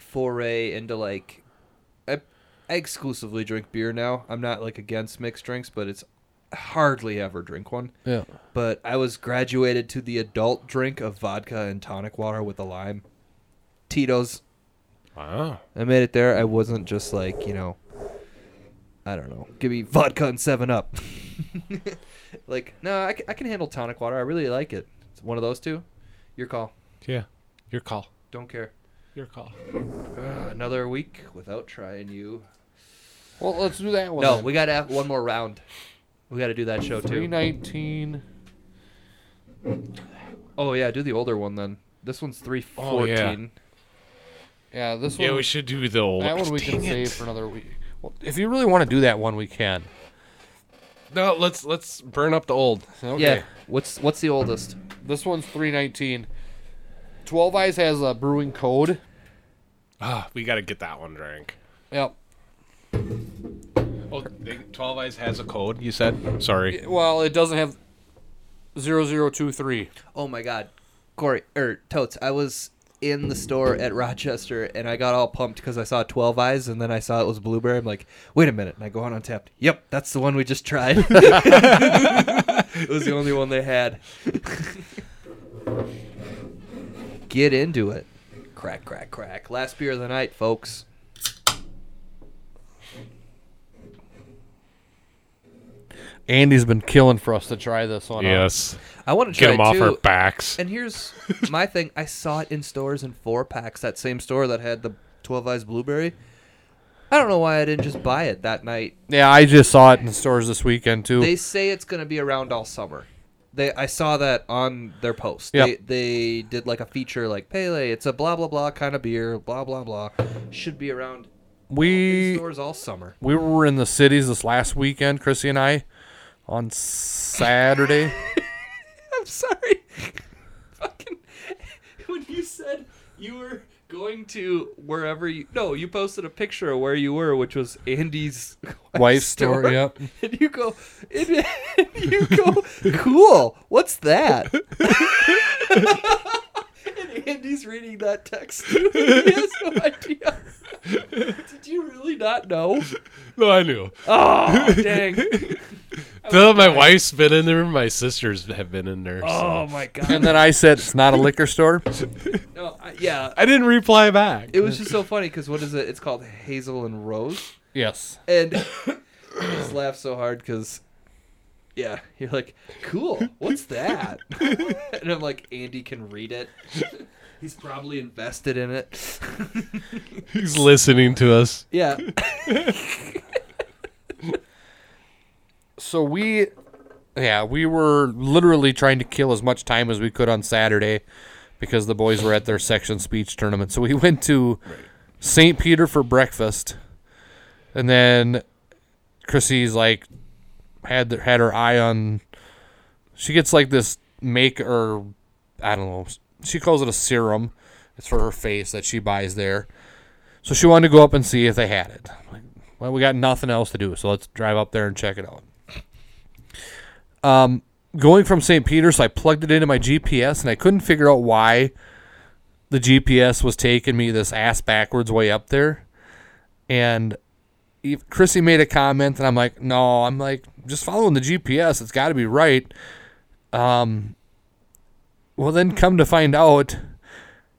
Speaker 8: foray into like I, I exclusively drink beer now. I'm not like against mixed drinks, but it's hardly ever drink one.
Speaker 1: Yeah.
Speaker 8: But I was graduated to the adult drink of vodka and tonic water with a lime. Tito's.
Speaker 3: Wow.
Speaker 8: I made it there. I wasn't just like, you know, I don't know. Give me vodka and 7 up. like, no, I c- I can handle tonic water. I really like it. It's one of those two. Your call.
Speaker 3: Yeah. Your call.
Speaker 8: Don't care.
Speaker 3: Your call.
Speaker 8: Another week without trying you.
Speaker 1: Well, let's do that one.
Speaker 8: No, we got to have one more round. We got to do that show
Speaker 1: three
Speaker 8: too.
Speaker 1: nineteen.
Speaker 8: Oh yeah, do the older one then. This one's three
Speaker 3: Oh, yeah.
Speaker 8: fourteen.
Speaker 1: Yeah, this one.
Speaker 3: Yeah, we should do the old.
Speaker 1: That one we can
Speaker 3: Dang it.
Speaker 1: save for another week. Well, if you really want to do that one, we can.
Speaker 3: No, let's let's burn up the old.
Speaker 1: Okay.
Speaker 8: yeah. What's what's the oldest?
Speaker 1: This one's 319. 12 Eyes has a brewing code.
Speaker 3: Ah, we got to get that one drank.
Speaker 1: Yep.
Speaker 3: Oh, they, Twelve Eyes has a code. You said. Sorry.
Speaker 1: Well, it doesn't have 0023.
Speaker 8: Oh my god, Corey or Totes. I was in the store at Rochester and I got all pumped because I saw Twelve Eyes and then I saw it was blueberry. I'm like, wait a minute. And I go on Untapped. Yep, that's the one we just tried. it was the only one they had. Get into it. Crack, crack, crack. Last beer of the night, folks.
Speaker 1: Andy's been killing for us to try this one.
Speaker 3: Yes.
Speaker 8: I want to
Speaker 3: Get
Speaker 8: try
Speaker 3: them off
Speaker 8: too.
Speaker 3: our backs.
Speaker 8: And here's my thing: I saw it in stores in four packs. That same store that had the Twelve Eyes Blueberry. I don't know why I didn't just buy it that night.
Speaker 1: Yeah, I just saw it in stores this weekend, too.
Speaker 8: They say it's going to be around all summer. They, I saw that on their post.
Speaker 1: Yep.
Speaker 8: They, they did like a feature like Pele. It's a blah blah blah kind of beer. Blah blah blah. Should be around in
Speaker 1: we
Speaker 8: stores all summer.
Speaker 1: we were in the cities this last weekend, Chrissy and I, on Saturday.
Speaker 8: I'm sorry. Fucking when you said you were going to wherever you no, you posted a picture of where you were, which was Andy's
Speaker 1: Wife's store,
Speaker 8: store.
Speaker 1: yep.
Speaker 8: and you go and you go cool, what's that? and Andy's reading that text. he has no idea. Did you really not know?
Speaker 3: No, I knew.
Speaker 8: Oh dang.
Speaker 3: No, my wife's been in there. My sisters have been in there.
Speaker 8: Oh
Speaker 3: so.
Speaker 8: my god.
Speaker 1: And then I said, it's not a liquor store.
Speaker 8: No, I, yeah.
Speaker 3: I didn't reply back.
Speaker 8: It was just so funny because what is it? It's called Hazel and Rose,
Speaker 1: Yes.
Speaker 8: and I just laugh so hard because, yeah, you're like, cool. What's that? and I'm like, Andy can read it. He's probably invested in it.
Speaker 3: He's listening to us.
Speaker 8: yeah,
Speaker 1: so we yeah we were literally trying to kill as much time as we could on saturday because the boys were at their section speech tournament. So we went to St. Peter for breakfast, and then Chrissy's like had th- had her eye on. She gets like this make or I don't know. She calls it a serum. It's for her face that she buys there. So she wanted to go up and see if they had it. I'm like, well, we got nothing else to do, so let's drive up there and check it out. Um, going from St. Peter, so I plugged it into my GPS, and I couldn't figure out why the GPS was taking me this ass backwards way up there. And if- Chrissy made a comment, and I'm like, no, I'm like, just following the GPS. It's got to be right. Um, well, then come to find out,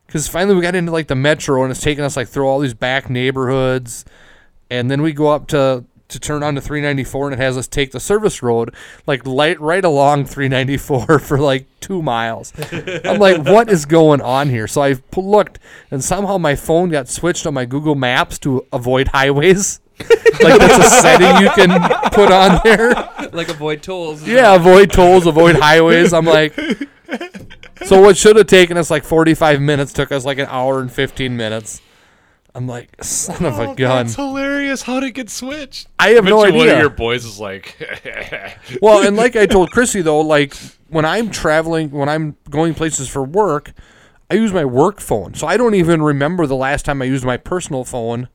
Speaker 1: because finally we got into like the metro, and it's taking us like through all these back neighborhoods, and then we go up to to turn onto 394, and it has us take the service road like light right along 394 for like two miles. I'm like, what is going on here? So I p- looked, and somehow my phone got switched on my Google Maps to avoid highways. like that's a setting you can put on there.
Speaker 8: like avoid tolls.
Speaker 1: Yeah, avoid tolls, avoid highways. I'm like, so what should have taken us like 45 minutes took us like an hour and 15 minutes. I'm like, son of a gun.
Speaker 3: Oh, That's hilarious. How'd it get switched?
Speaker 1: I have no
Speaker 3: Bet you One of
Speaker 1: idea.
Speaker 3: your boys is like,
Speaker 1: well, and like I told Chrissy though, like when I'm traveling, when I'm going places for work, I use my work phone, so I don't even remember the last time I used my personal phone.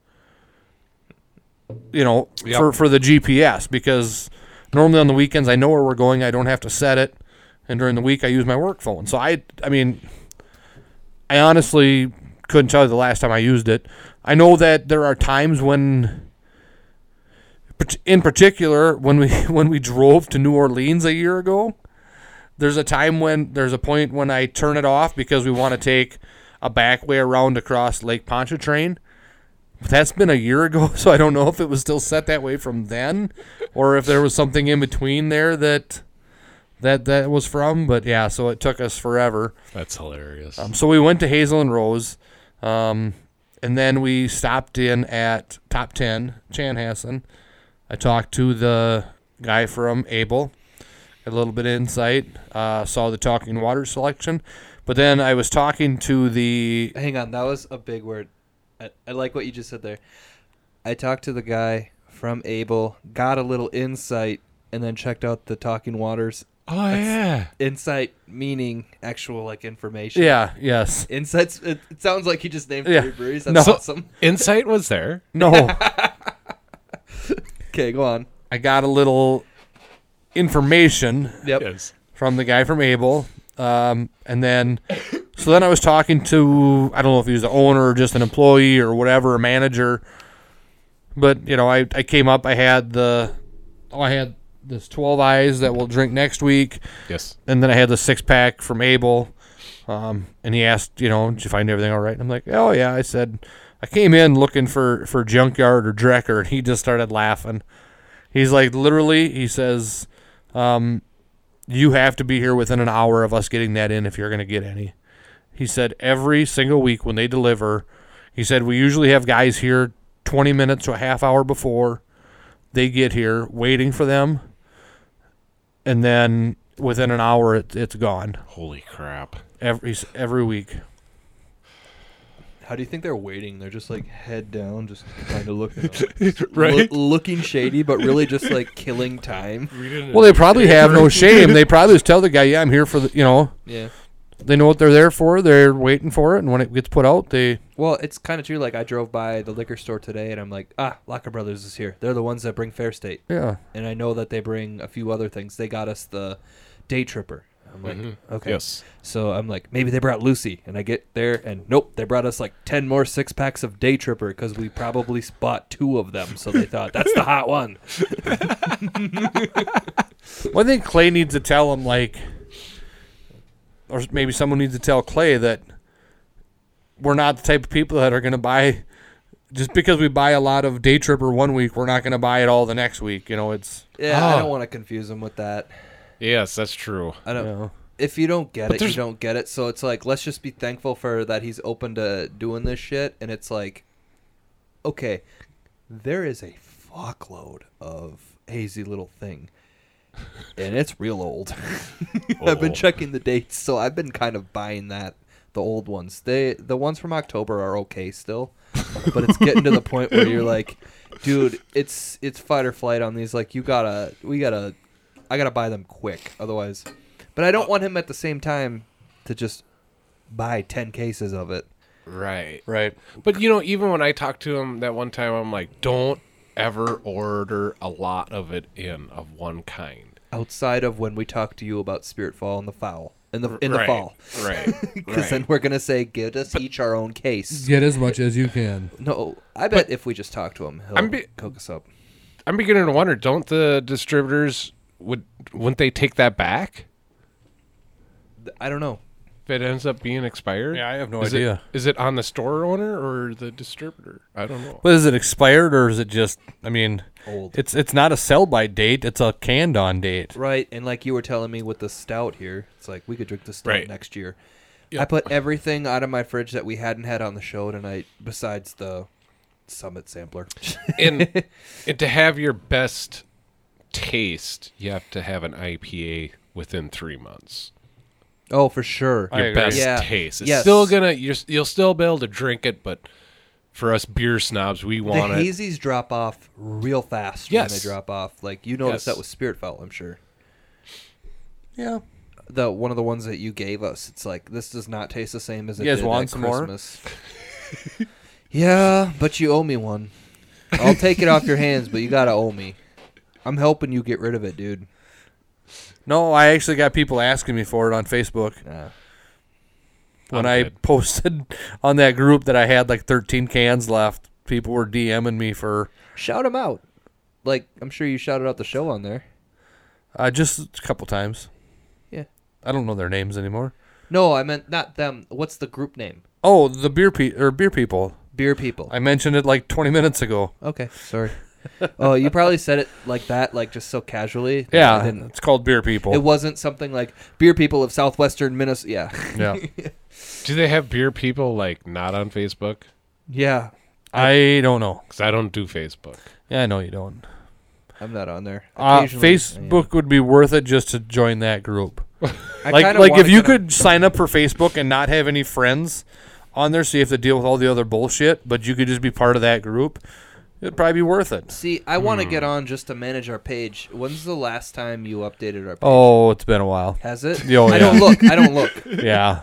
Speaker 1: You know,
Speaker 3: Yep.
Speaker 1: for for the GPS because normally on the weekends I know where we're going, I don't have to set it, and during the week I use my work phone. So I, I mean, I honestly couldn't tell you the last time I used it. I know that there are times when Pat- in particular when we when we drove to New Orleans a year ago, there's a time when there's a point when I turn it off because we want to take a back way around across Lake Pontchartrain. But that's been a year ago, so I don't know if it was still set that way from then, or if there was something in between there that that that was from. But yeah, so it took us forever.
Speaker 3: that's hilarious.
Speaker 1: Um, so we went to Hazel and Rose, um, and then we stopped in at Top Ten Chanhassen. I talked to the guy from Able, got a little bit of insight. Uh, saw the Talking Water selection, but then I was talking to the
Speaker 8: Hang on, that was a big word. I, I like what you just said there. I talked to the guy from Able, got a little insight, and then checked out the Talking Waters.
Speaker 3: oh yeah.
Speaker 8: Insight meaning actual like information.
Speaker 1: yeah yes
Speaker 8: Insights. It, it sounds like he just named
Speaker 1: Yeah.
Speaker 8: three breweries. That's
Speaker 1: No.
Speaker 8: awesome.
Speaker 3: Insight was there.
Speaker 1: no
Speaker 8: Okay, go on.
Speaker 1: I got a little information
Speaker 8: Yep.
Speaker 3: Yes.
Speaker 1: from the guy from Able. Um, and then, so then I was talking to, I don't know if he was the owner or just an employee or whatever, a manager. But, you know, I, I came up, I had the, oh, I had this 12 eyes that we'll drink next week.
Speaker 3: Yes.
Speaker 1: And then I had the six pack from Abel. Um, and he asked, you know, did you find everything all right? And I'm like, oh, yeah. I said, I came in looking for, for Junkyard or Drecker, and he just started laughing. He's like, literally, he says, um, you have to be here within an hour of us getting that in if you're going to get any. He said, every single week when they deliver, he said, we usually have guys here 20 minutes to a half hour before they get here waiting for them. And then within an hour, it, it's gone
Speaker 3: Holy crap.
Speaker 1: every every week.
Speaker 8: How do you think they're waiting? They're just like head down, just kind of looking,
Speaker 3: Right.
Speaker 8: looking shady, but really just like killing time.
Speaker 1: Well, they probably have no shame. They probably just tell the guy, "Yeah, I'm here for the," you know.
Speaker 8: Yeah.
Speaker 1: They know what they're there for. They're waiting for it, and when it gets put out, they
Speaker 8: Well, it's kind of true. Like I drove by the liquor store today, and I'm like, ah, Locker Brothers is here. They're the ones that bring Fair State,
Speaker 1: yeah.
Speaker 8: and I know that they bring a few other things. They got us the Day Tripper. I'm like, okay.
Speaker 3: Mm-hmm. Yes.
Speaker 8: So I'm like, maybe they brought Lucy, and I get there, and nope, they brought us like ten more six packs of Day Tripper because we probably bought two of them. So they thought that's the hot one.
Speaker 1: Well, I think Clay needs to tell him, like, or maybe someone needs to tell Clay that we're not the type of people that are going to buy just because we buy a lot of day tripper one week, we're not going to buy it all the next week. You know, it's
Speaker 8: Yeah, I
Speaker 3: Ah.
Speaker 8: don't want to confuse them with that.
Speaker 3: Yes, that's true.
Speaker 8: I
Speaker 1: you
Speaker 8: don't.
Speaker 1: know.
Speaker 8: If you don't get it, you
Speaker 3: there's-
Speaker 8: don't get it. So it's like let's just be thankful for that he's open to doing this shit. And it's like, okay, there is a fuckload of hazy little thing, and it's real old. I've been
Speaker 3: Oh.
Speaker 8: checking the dates, so I've been kind of buying that the old ones. They the ones from October are okay still, but it's getting to the point where you're like, dude, it's it's fight or flight on these. Like you gotta, we gotta, I gotta buy them quick, otherwise. But I
Speaker 3: Uh,
Speaker 8: don't want him at the same time to just buy ten cases of it.
Speaker 3: Right.
Speaker 1: Right.
Speaker 3: But you know, even when I talked to him that one time, I'm like, don't ever order a lot of it in of one kind.
Speaker 8: Outside of when we talk to you about Spirit Fall and the Foul in the in the
Speaker 3: right.
Speaker 8: fall,
Speaker 3: Right.
Speaker 8: because then we're gonna say, give us each our own case.
Speaker 4: Get as much as you can.
Speaker 8: No, I bet if we just talk to him, he'll
Speaker 3: I'm be-
Speaker 8: cook us up.
Speaker 3: I'm beginning to wonder, don't the distributors would wouldn't they take that back
Speaker 8: Th- I don't know.
Speaker 3: if it ends up being expired?
Speaker 1: Yeah, I have no
Speaker 3: Is it-
Speaker 1: idea.
Speaker 3: Is it on the store owner or the distributor? I don't know.
Speaker 1: But is it expired or is it just? I mean,
Speaker 8: Old.
Speaker 1: it's it's not a sell by date. It's a canned on date.
Speaker 8: Right, and like you were telling me with the stout here, it's like we could drink the stout
Speaker 3: Right.
Speaker 8: next year. I put everything out of my fridge that we hadn't had on the show tonight, besides the Summit sampler.
Speaker 3: and, and to have your best taste, you have to have an IPA within three months.
Speaker 8: oh, for sure.
Speaker 1: I
Speaker 3: Your
Speaker 1: agree.
Speaker 3: best
Speaker 8: Yeah.
Speaker 3: taste. It's
Speaker 8: Yes.
Speaker 3: still gonna you're, you'll still be able to drink it, but for us beer snobs, we
Speaker 8: the
Speaker 3: want it.
Speaker 8: hazies drop off real fast when
Speaker 3: Yes.
Speaker 8: they drop off. Like you noticed
Speaker 3: Yes.
Speaker 8: that with Spirit Foul, I'm sure.
Speaker 1: Yeah.
Speaker 8: The one of the ones that you gave us. It's like this does not taste the same as it
Speaker 1: You guys
Speaker 8: did
Speaker 1: want
Speaker 8: at
Speaker 1: some more?
Speaker 8: Christmas. yeah, but you owe me one. I'll take it off your hands, but you gotta owe me. I'm helping you get rid of it, dude.
Speaker 1: No, I actually got people asking me for it on Facebook
Speaker 8: Nah.
Speaker 1: when
Speaker 3: I'm
Speaker 1: I
Speaker 3: good.
Speaker 1: posted on that group that I had like 13 cans left. People were DMing me for
Speaker 8: Shout him out. Like I'm sure you shouted out the show on there.
Speaker 1: uh, just a couple times.
Speaker 8: Yeah.
Speaker 1: I don't know their names anymore.
Speaker 8: No, I meant not them. What's the group name?
Speaker 1: Oh, the beer pe- or beer people.
Speaker 8: Beer people.
Speaker 1: I mentioned it like 20 minutes ago.
Speaker 8: okay, sorry. oh, you probably said it like that, like just so casually. that I
Speaker 1: Yeah,
Speaker 8: didn't.
Speaker 1: it's called beer people.
Speaker 8: It wasn't something like beer people of southwestern Minnesota. Yeah,
Speaker 1: yeah,
Speaker 3: Do they have beer people like not on Facebook?
Speaker 8: yeah.
Speaker 1: I don't know.
Speaker 3: Because I don't do Facebook.
Speaker 1: Yeah, I know you don't.
Speaker 8: I'm not on there.
Speaker 1: Uh,
Speaker 8: Occasionally, I am.
Speaker 1: Facebook would be worth it just to join that group.
Speaker 8: I
Speaker 1: Like,
Speaker 8: kinda
Speaker 1: like if
Speaker 8: wanna
Speaker 1: you
Speaker 8: get on-
Speaker 1: could sign up for Facebook and not have any friends on there, so you have to deal with all the other bullshit, but you could just be part of that group. It'd probably be worth it.
Speaker 8: see, I want to get
Speaker 1: Hmm.
Speaker 8: on just to manage our page. When's the last time you updated our? page?
Speaker 1: Oh, it's been a while.
Speaker 8: Has it?
Speaker 1: Oh,
Speaker 8: I don't
Speaker 1: yeah.
Speaker 8: look. I don't look.
Speaker 1: Yeah,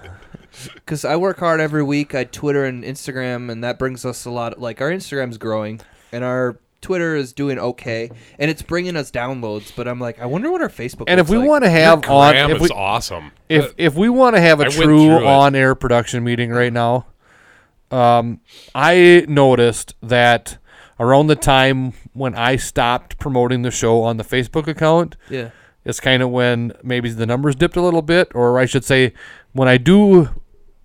Speaker 8: because I work hard every week. I Twitter and Instagram, and that brings us a lot. Like our Instagram's growing, and our Twitter is doing okay, and it's bringing us downloads. But I'm like, I wonder what our Facebook.
Speaker 1: and if
Speaker 8: looks
Speaker 1: we
Speaker 8: like.
Speaker 1: want to have on,
Speaker 3: Graham
Speaker 1: if
Speaker 3: is
Speaker 1: we,
Speaker 3: awesome.
Speaker 1: if if we want to have a
Speaker 3: I went
Speaker 1: true
Speaker 3: through it.
Speaker 1: on-air production meeting right now, um, I noticed that around the time when I stopped promoting the show on the Facebook account,
Speaker 8: yeah,
Speaker 1: is kind of when maybe the numbers dipped a little bit, or I should say, when I do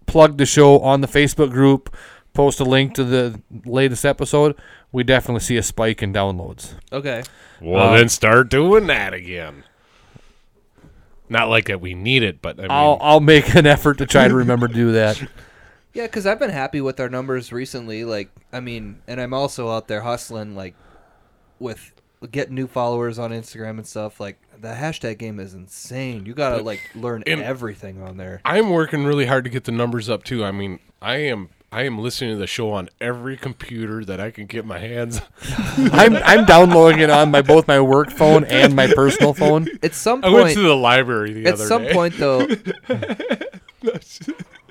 Speaker 1: plug the show on the Facebook group, post a link to the latest episode, we definitely see a spike in downloads.
Speaker 8: okay,
Speaker 1: Uh,
Speaker 3: Well, then start doing that again. Not like that we need it, but I mean,
Speaker 1: I'll I'll make an effort to try to remember to do that.
Speaker 8: yeah, because I've been happy with our numbers recently. Like, I mean, and I'm also out there hustling, like, with getting new followers on Instagram and stuff. Like, the hashtag game is insane. You gotta like learn everything on there.
Speaker 3: I'm working really hard to get the numbers up too. I mean, I am I am listening to the show on every computer that I can get my hands.
Speaker 1: I'm I'm downloading it on my both my work phone and my personal phone.
Speaker 8: At some
Speaker 3: I
Speaker 8: point,
Speaker 3: went to the library the
Speaker 8: at
Speaker 3: other
Speaker 8: some
Speaker 3: day.
Speaker 8: point though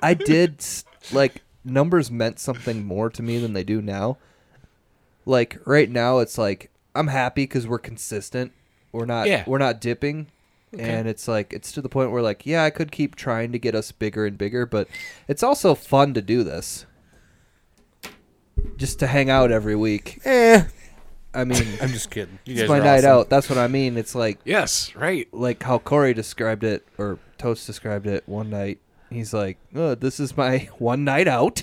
Speaker 8: i did s- like numbers meant something more to me than they do now like right now it's like i'm happy because we're consistent we're not
Speaker 3: Yeah.
Speaker 8: we're not dipping and it's like it's to the point where like yeah i could keep trying to get us bigger and bigger but it's also fun to do this just to hang out every week
Speaker 1: Eh,
Speaker 8: i mean
Speaker 1: I'm just kidding. You
Speaker 8: it's
Speaker 1: guys
Speaker 8: my
Speaker 1: are
Speaker 8: night
Speaker 1: awesome.
Speaker 8: out that's what i mean it's like
Speaker 3: Yes, right.
Speaker 8: like how Corey described it, or Toast described it one night. He's like, oh, "This is my one night out."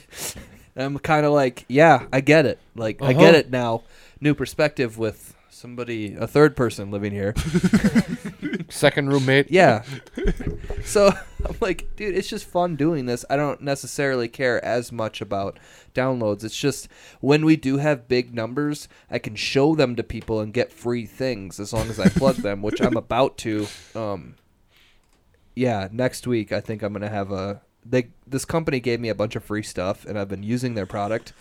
Speaker 8: And I'm kind of like, "Yeah, I get it. Like, I get it now. New perspective with somebody, a third person living here.
Speaker 1: Second roommate.
Speaker 8: Yeah." so I'm like, "Dude, it's just fun doing this. I don't necessarily care as much about downloads. It's just when we do have big numbers, I can show them to people and get free things as long as I plug them, which I'm about to." Um, yeah, next week I think I'm gonna have a they this company gave me a bunch of free stuff, and I've been using their product.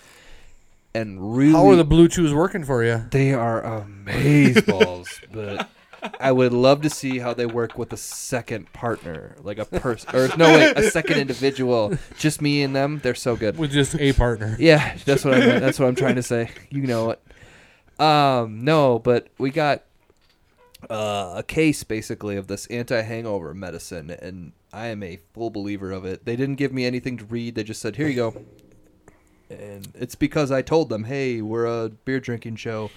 Speaker 8: And really,
Speaker 1: How are the Blue Chews working for you?
Speaker 8: they are amazeballs, but I would love to see how they work with a second partner, like a person, or no, wait, a second individual. Just me and them. They're so good.
Speaker 1: With just a partner.
Speaker 8: Yeah, that's what I meant. that's what I'm trying to say. You know it. Um, no, but we got uh, a case basically of this anti-hangover medicine, and I am a full believer of it. They didn't give me anything to read. They just said, "Here you go." And it's because I told them, "Hey, we're a beer drinking show.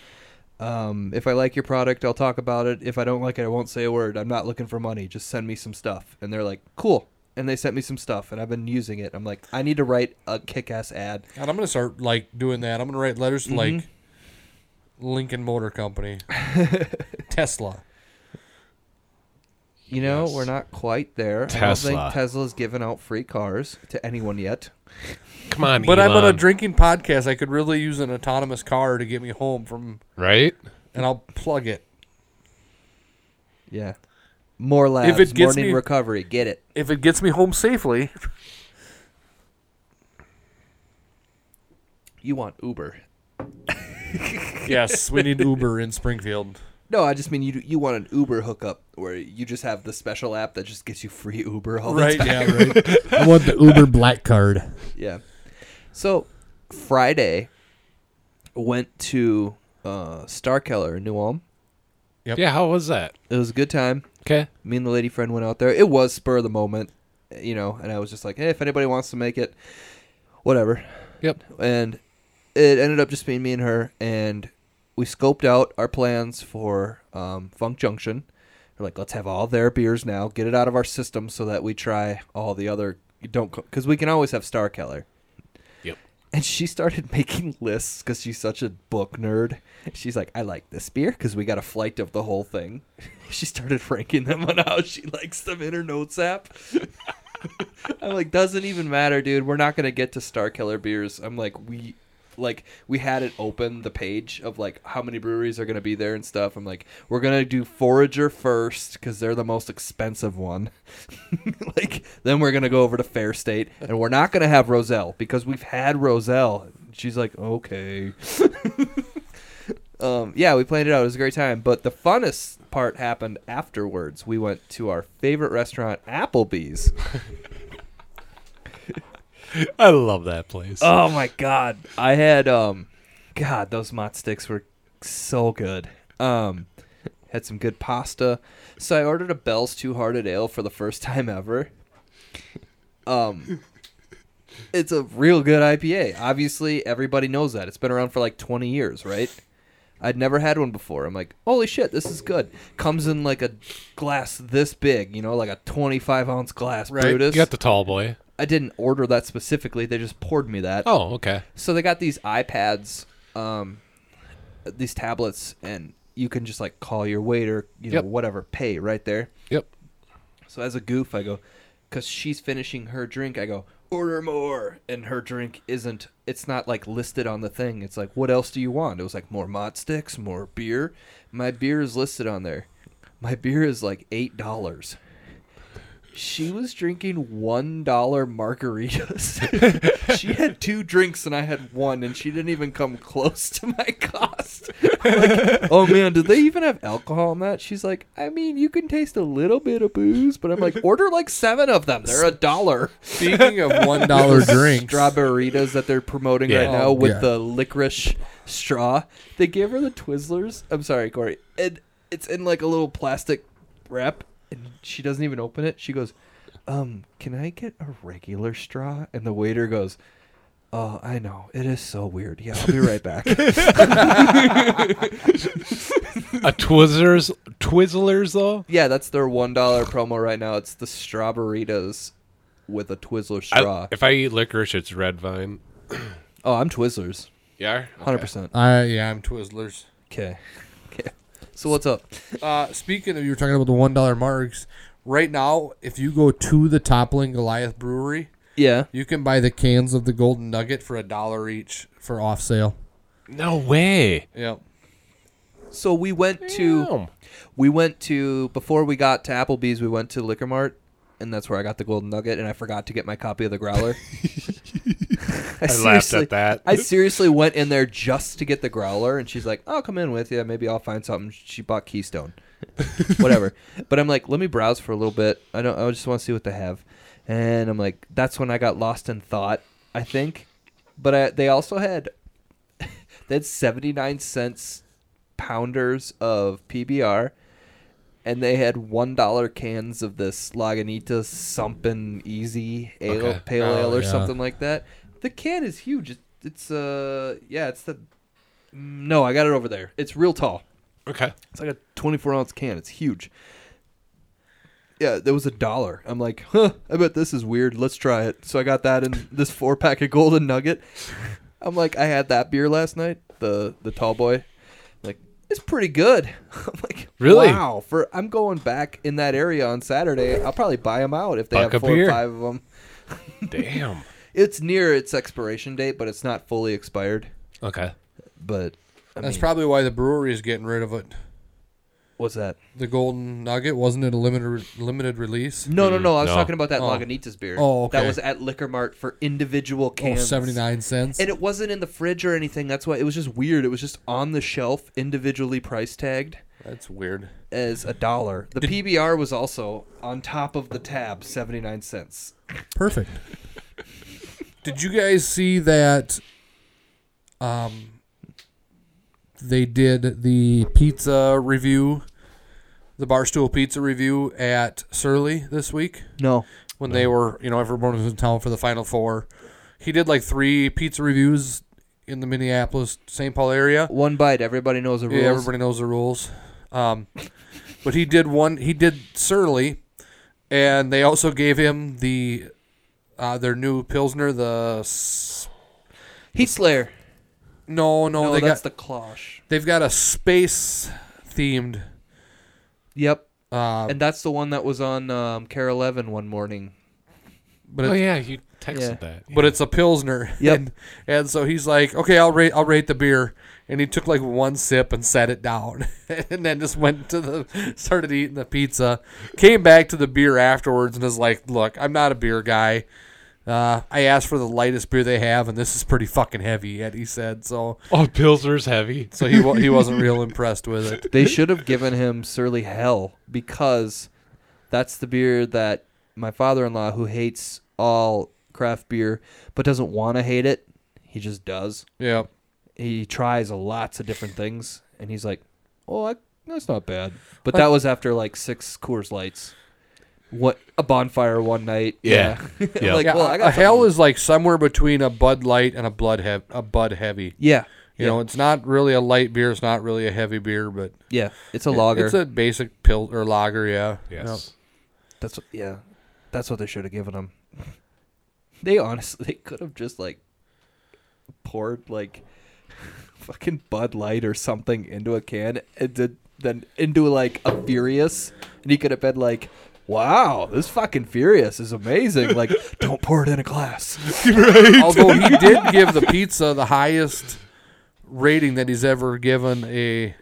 Speaker 8: Um, if I like your product, I'll talk about it. If I don't like it, I won't say a word. I'm not looking for money. Just send me some stuff." And they're like, "Cool." And they sent me some stuff, and I've been using it. I'm like, I need to write a kick-ass ad.
Speaker 1: God, I'm gonna start like doing that. I'm gonna write letters to like Lincoln Motor Company, Tesla.
Speaker 8: You know, we're not quite there. I don't
Speaker 3: Tesla.
Speaker 8: think Tesla's given out free cars to anyone yet.
Speaker 3: Come on,
Speaker 1: But I'm on a
Speaker 3: Elon.
Speaker 1: drinking podcast. I could really use an autonomous car to get me home from,
Speaker 3: right?
Speaker 1: and I'll plug it.
Speaker 8: Yeah. More labs,
Speaker 1: If it gets
Speaker 8: morning
Speaker 1: me-
Speaker 8: recovery. Get it.
Speaker 1: If it gets me home safely,
Speaker 8: You want Uber.
Speaker 1: yes, we need Uber in Springfield.
Speaker 8: No, I just mean you you want an Uber hookup where you just have the special app that just gets you free Uber all the
Speaker 1: Right?
Speaker 8: time.
Speaker 1: Yeah, right. I want the Uber Black Card.
Speaker 8: Yeah. So Friday went to uh, Star Keller in New Ulm.
Speaker 3: Yeah, how was that?
Speaker 8: It was a good time.
Speaker 3: Okay.
Speaker 8: me and the lady friend went out there. It was spur of the moment, you know, and I was just like, hey, if anybody wants to make it, whatever.
Speaker 3: Yep.
Speaker 8: And it ended up just being me and her, and we scoped out our plans for um, Funk Junction. We're like, let's have all their beers now, get it out of our system so that we try all the other. you Don't because we can always have Star Keller.
Speaker 3: Yep.
Speaker 8: And she started making lists because she's such a book nerd. She's like, I like this beer because we got a flight of the whole thing. She started ranking them on how she likes them in her notes app. I'm like, doesn't even matter, dude. We're not gonna get to Star Killer beers. I'm like, we, like, we had it open the page of like how many breweries are gonna be there and stuff. I'm like, we're gonna do Forager first because they're the most expensive one. like, then we're gonna go over to Fair State, and we're not gonna have Roselle because we've had Roselle. She's like, okay. Um, yeah, we planned it out. It was a great time. But the funnest part happened afterwards. We went to our favorite restaurant, Applebee's.
Speaker 3: I love that place.
Speaker 8: Oh my god. I had um God, those mott sticks were so good. Um had some good pasta. So I ordered a Bell's Two Hearted Ale for the first time ever. Um It's a real good IPA. Obviously everybody knows that. It's been around for like twenty years, right? I'd never had one before. I'm like, holy shit, this is good. Comes in like a glass this big, you know, like a 25 ounce glass.
Speaker 1: Right.
Speaker 3: you
Speaker 8: Brutus.
Speaker 3: got the tall boy.
Speaker 8: I didn't order that specifically. They just poured me that.
Speaker 3: Oh, okay.
Speaker 8: So they got these iPads, um, these tablets, and you can just like call your waiter, you know,
Speaker 3: Yep.
Speaker 8: whatever, pay right there.
Speaker 3: Yep.
Speaker 8: So as a goof, I go, because she's finishing her drink, I go, order more. And her drink isn't, it's not like listed on the thing. It's like, what else do you want? It was like, more mod sticks, more beer. My beer is listed on there. My beer is like $8. She was drinking $1 margaritas. she had two drinks and I had one, and she didn't even come close to my cost. Like, oh man, did they even have alcohol in that? She's like, I mean, you can taste a little bit of booze, but I'm like, order like seven of them. They're a dollar.
Speaker 1: Speaking of one dollar drinks,
Speaker 8: Strawberritas that they're promoting
Speaker 3: Yeah.
Speaker 8: right now with
Speaker 1: yeah.
Speaker 8: the licorice straw. They gave her the Twizzlers. I'm sorry, Corey. And it's in like a little plastic wrap, and she doesn't even open it. She goes, um, can I get a regular straw? And the waiter goes, oh, I know. It is so weird. Yeah, I'll be right back.
Speaker 3: A Twizzlers, Twizzlers though.
Speaker 8: Yeah, that's their one dollar promo right now. It's the strawberritas with a Twizzler
Speaker 3: I-
Speaker 8: straw.
Speaker 3: if I eat licorice, it's red vine.
Speaker 8: oh, I'm Twizzlers,
Speaker 3: Yeah,
Speaker 8: hundred percent.
Speaker 1: I yeah, I'm Twizzlers.
Speaker 8: Okay, okay. So what's up?
Speaker 1: Uh, speaking of, you were talking about the one dollar marks. Right now, if you go to the Toppling Goliath Brewery,
Speaker 8: Yeah,
Speaker 1: you can buy the cans of the Golden Nugget for a dollar each for off sale.
Speaker 3: No way.
Speaker 1: Yep.
Speaker 8: so we went to
Speaker 3: Damn.
Speaker 8: we went to before we got to Applebee's, we went to Liquor Mart and that's where I got the golden nugget, and I forgot to get my copy of the growler. I,
Speaker 3: I laughed
Speaker 8: seriously-
Speaker 3: at that.
Speaker 8: I seriously went in there just to get the growler, and she's like, "I'll come in with you. Maybe I'll find something." She bought Keystone, whatever. But I'm like, "Let me browse for a little bit. I don't. I just want to see what they have." And I'm like, "That's when I got lost in thought, I think." But I, they also had they had 79 cents pounders of PBR, and they had one dollar cans of this Lagunitas something easy ale,
Speaker 3: Okay.
Speaker 8: pale
Speaker 10: Oh,
Speaker 8: ale or
Speaker 10: yeah.
Speaker 8: something like that. The can is huge. It's, it's uh yeah, it's the no, I got it over there. It's real tall.
Speaker 3: Okay.
Speaker 8: It's like a 24 ounce can. It's huge. Yeah, there was a dollar. I'm like, huh, I bet this is weird. Let's try it. So I got that in this four pack of Golden Nugget. I'm like, I had that beer last night, the the tall boy. like, it's pretty good. I'm like,
Speaker 3: Really?
Speaker 8: Wow. For I'm going back in that area on Saturday. I'll probably buy them out if they
Speaker 3: Buck
Speaker 8: have
Speaker 3: a
Speaker 8: four
Speaker 3: beer.
Speaker 8: or five of them.
Speaker 3: Damn.
Speaker 8: It's near its expiration date, but it's not fully expired.
Speaker 3: Okay.
Speaker 8: But I
Speaker 1: That's
Speaker 8: mean,
Speaker 1: probably why the brewery is getting rid of it.
Speaker 8: what's that?
Speaker 1: The Golden Nugget wasn't it a limited limited release?
Speaker 8: No, no, no. I was
Speaker 3: no.
Speaker 8: talking about that
Speaker 1: Oh.
Speaker 8: Lagunitas beer.
Speaker 1: Oh,
Speaker 8: That
Speaker 1: okay.
Speaker 8: was at Liquor Mart for individual
Speaker 1: Oh,
Speaker 8: cans.
Speaker 1: 79 cents.
Speaker 8: And it wasn't in the fridge or anything. That's why it was just weird. It was just on the shelf, individually price tagged
Speaker 10: That's weird.
Speaker 8: as a dollar. The PBR was also on top of the tab, 79 cents.
Speaker 1: Perfect. Did you guys see that? Um, they did the pizza review, the barstool pizza review at Surly this week
Speaker 8: No.
Speaker 1: when they were, you know, everyone was in town for the Final Four. He did like three pizza reviews in the Minneapolis, St. Paul area.
Speaker 8: One bite. Everybody knows the rules.
Speaker 1: Yeah, everybody knows the rules. Um, but he did one. He did Surly, and they also gave him the uh, their new pilsner. The s-
Speaker 8: Heat Slayer.
Speaker 1: no, no,
Speaker 8: No,
Speaker 1: Oh, they
Speaker 8: that's
Speaker 1: got
Speaker 8: the Klosh.
Speaker 1: they've got a space themed.
Speaker 8: Yep.
Speaker 1: Uh,
Speaker 8: And that's the one that was on um, Care 11 one morning.
Speaker 1: but
Speaker 3: Oh
Speaker 1: it's,
Speaker 3: yeah, you texted
Speaker 8: Yeah.
Speaker 3: that.
Speaker 1: but it's a pilsner.
Speaker 8: Yep.
Speaker 1: And, and so he's like, okay, I'll rate I'll rate the beer. And he took like one sip and set it down, and then just went to the started eating the pizza. Came back to the beer afterwards and was like, look, I'm not a beer guy. Uh, I asked for the lightest beer they have, and this is pretty fucking heavy. Yet he said so.
Speaker 3: Oh, Pilsner's heavy.
Speaker 1: So he wa- he wasn't real impressed with it.
Speaker 8: They should have given him Surly Hell because that's the beer that my father in law, who hates all craft beer but doesn't want to hate it, he just does.
Speaker 1: Yeah,
Speaker 8: He tries lots of different things and he's like, oh, I, that's not bad. But that was after like six Coors Lights. What a bonfire one night.
Speaker 3: Yeah.
Speaker 8: Yeah. I'm
Speaker 3: Yeah.
Speaker 8: like,
Speaker 1: yeah.
Speaker 8: well, I got
Speaker 1: a hell
Speaker 8: something."
Speaker 1: is like somewhere between a Bud Light and a Blood hev- a Bud Heavy.
Speaker 8: Yeah.
Speaker 1: You
Speaker 8: yeah.
Speaker 1: know, it's not really a light beer. It's not really a heavy beer, but
Speaker 8: yeah. It's a lager.
Speaker 1: It's a basic pill or lager, yeah.
Speaker 3: Yes.
Speaker 8: That's what, yeah. That's what they should have given him. They honestly they could have just like poured like fucking Bud Light or something into a can and did, then into like a Furious, and he could have been like, "Wow, this fucking Furious is amazing!" Like, don't pour it in a glass.
Speaker 1: Yep. Although he did give the pizza the highest rating that he's ever given a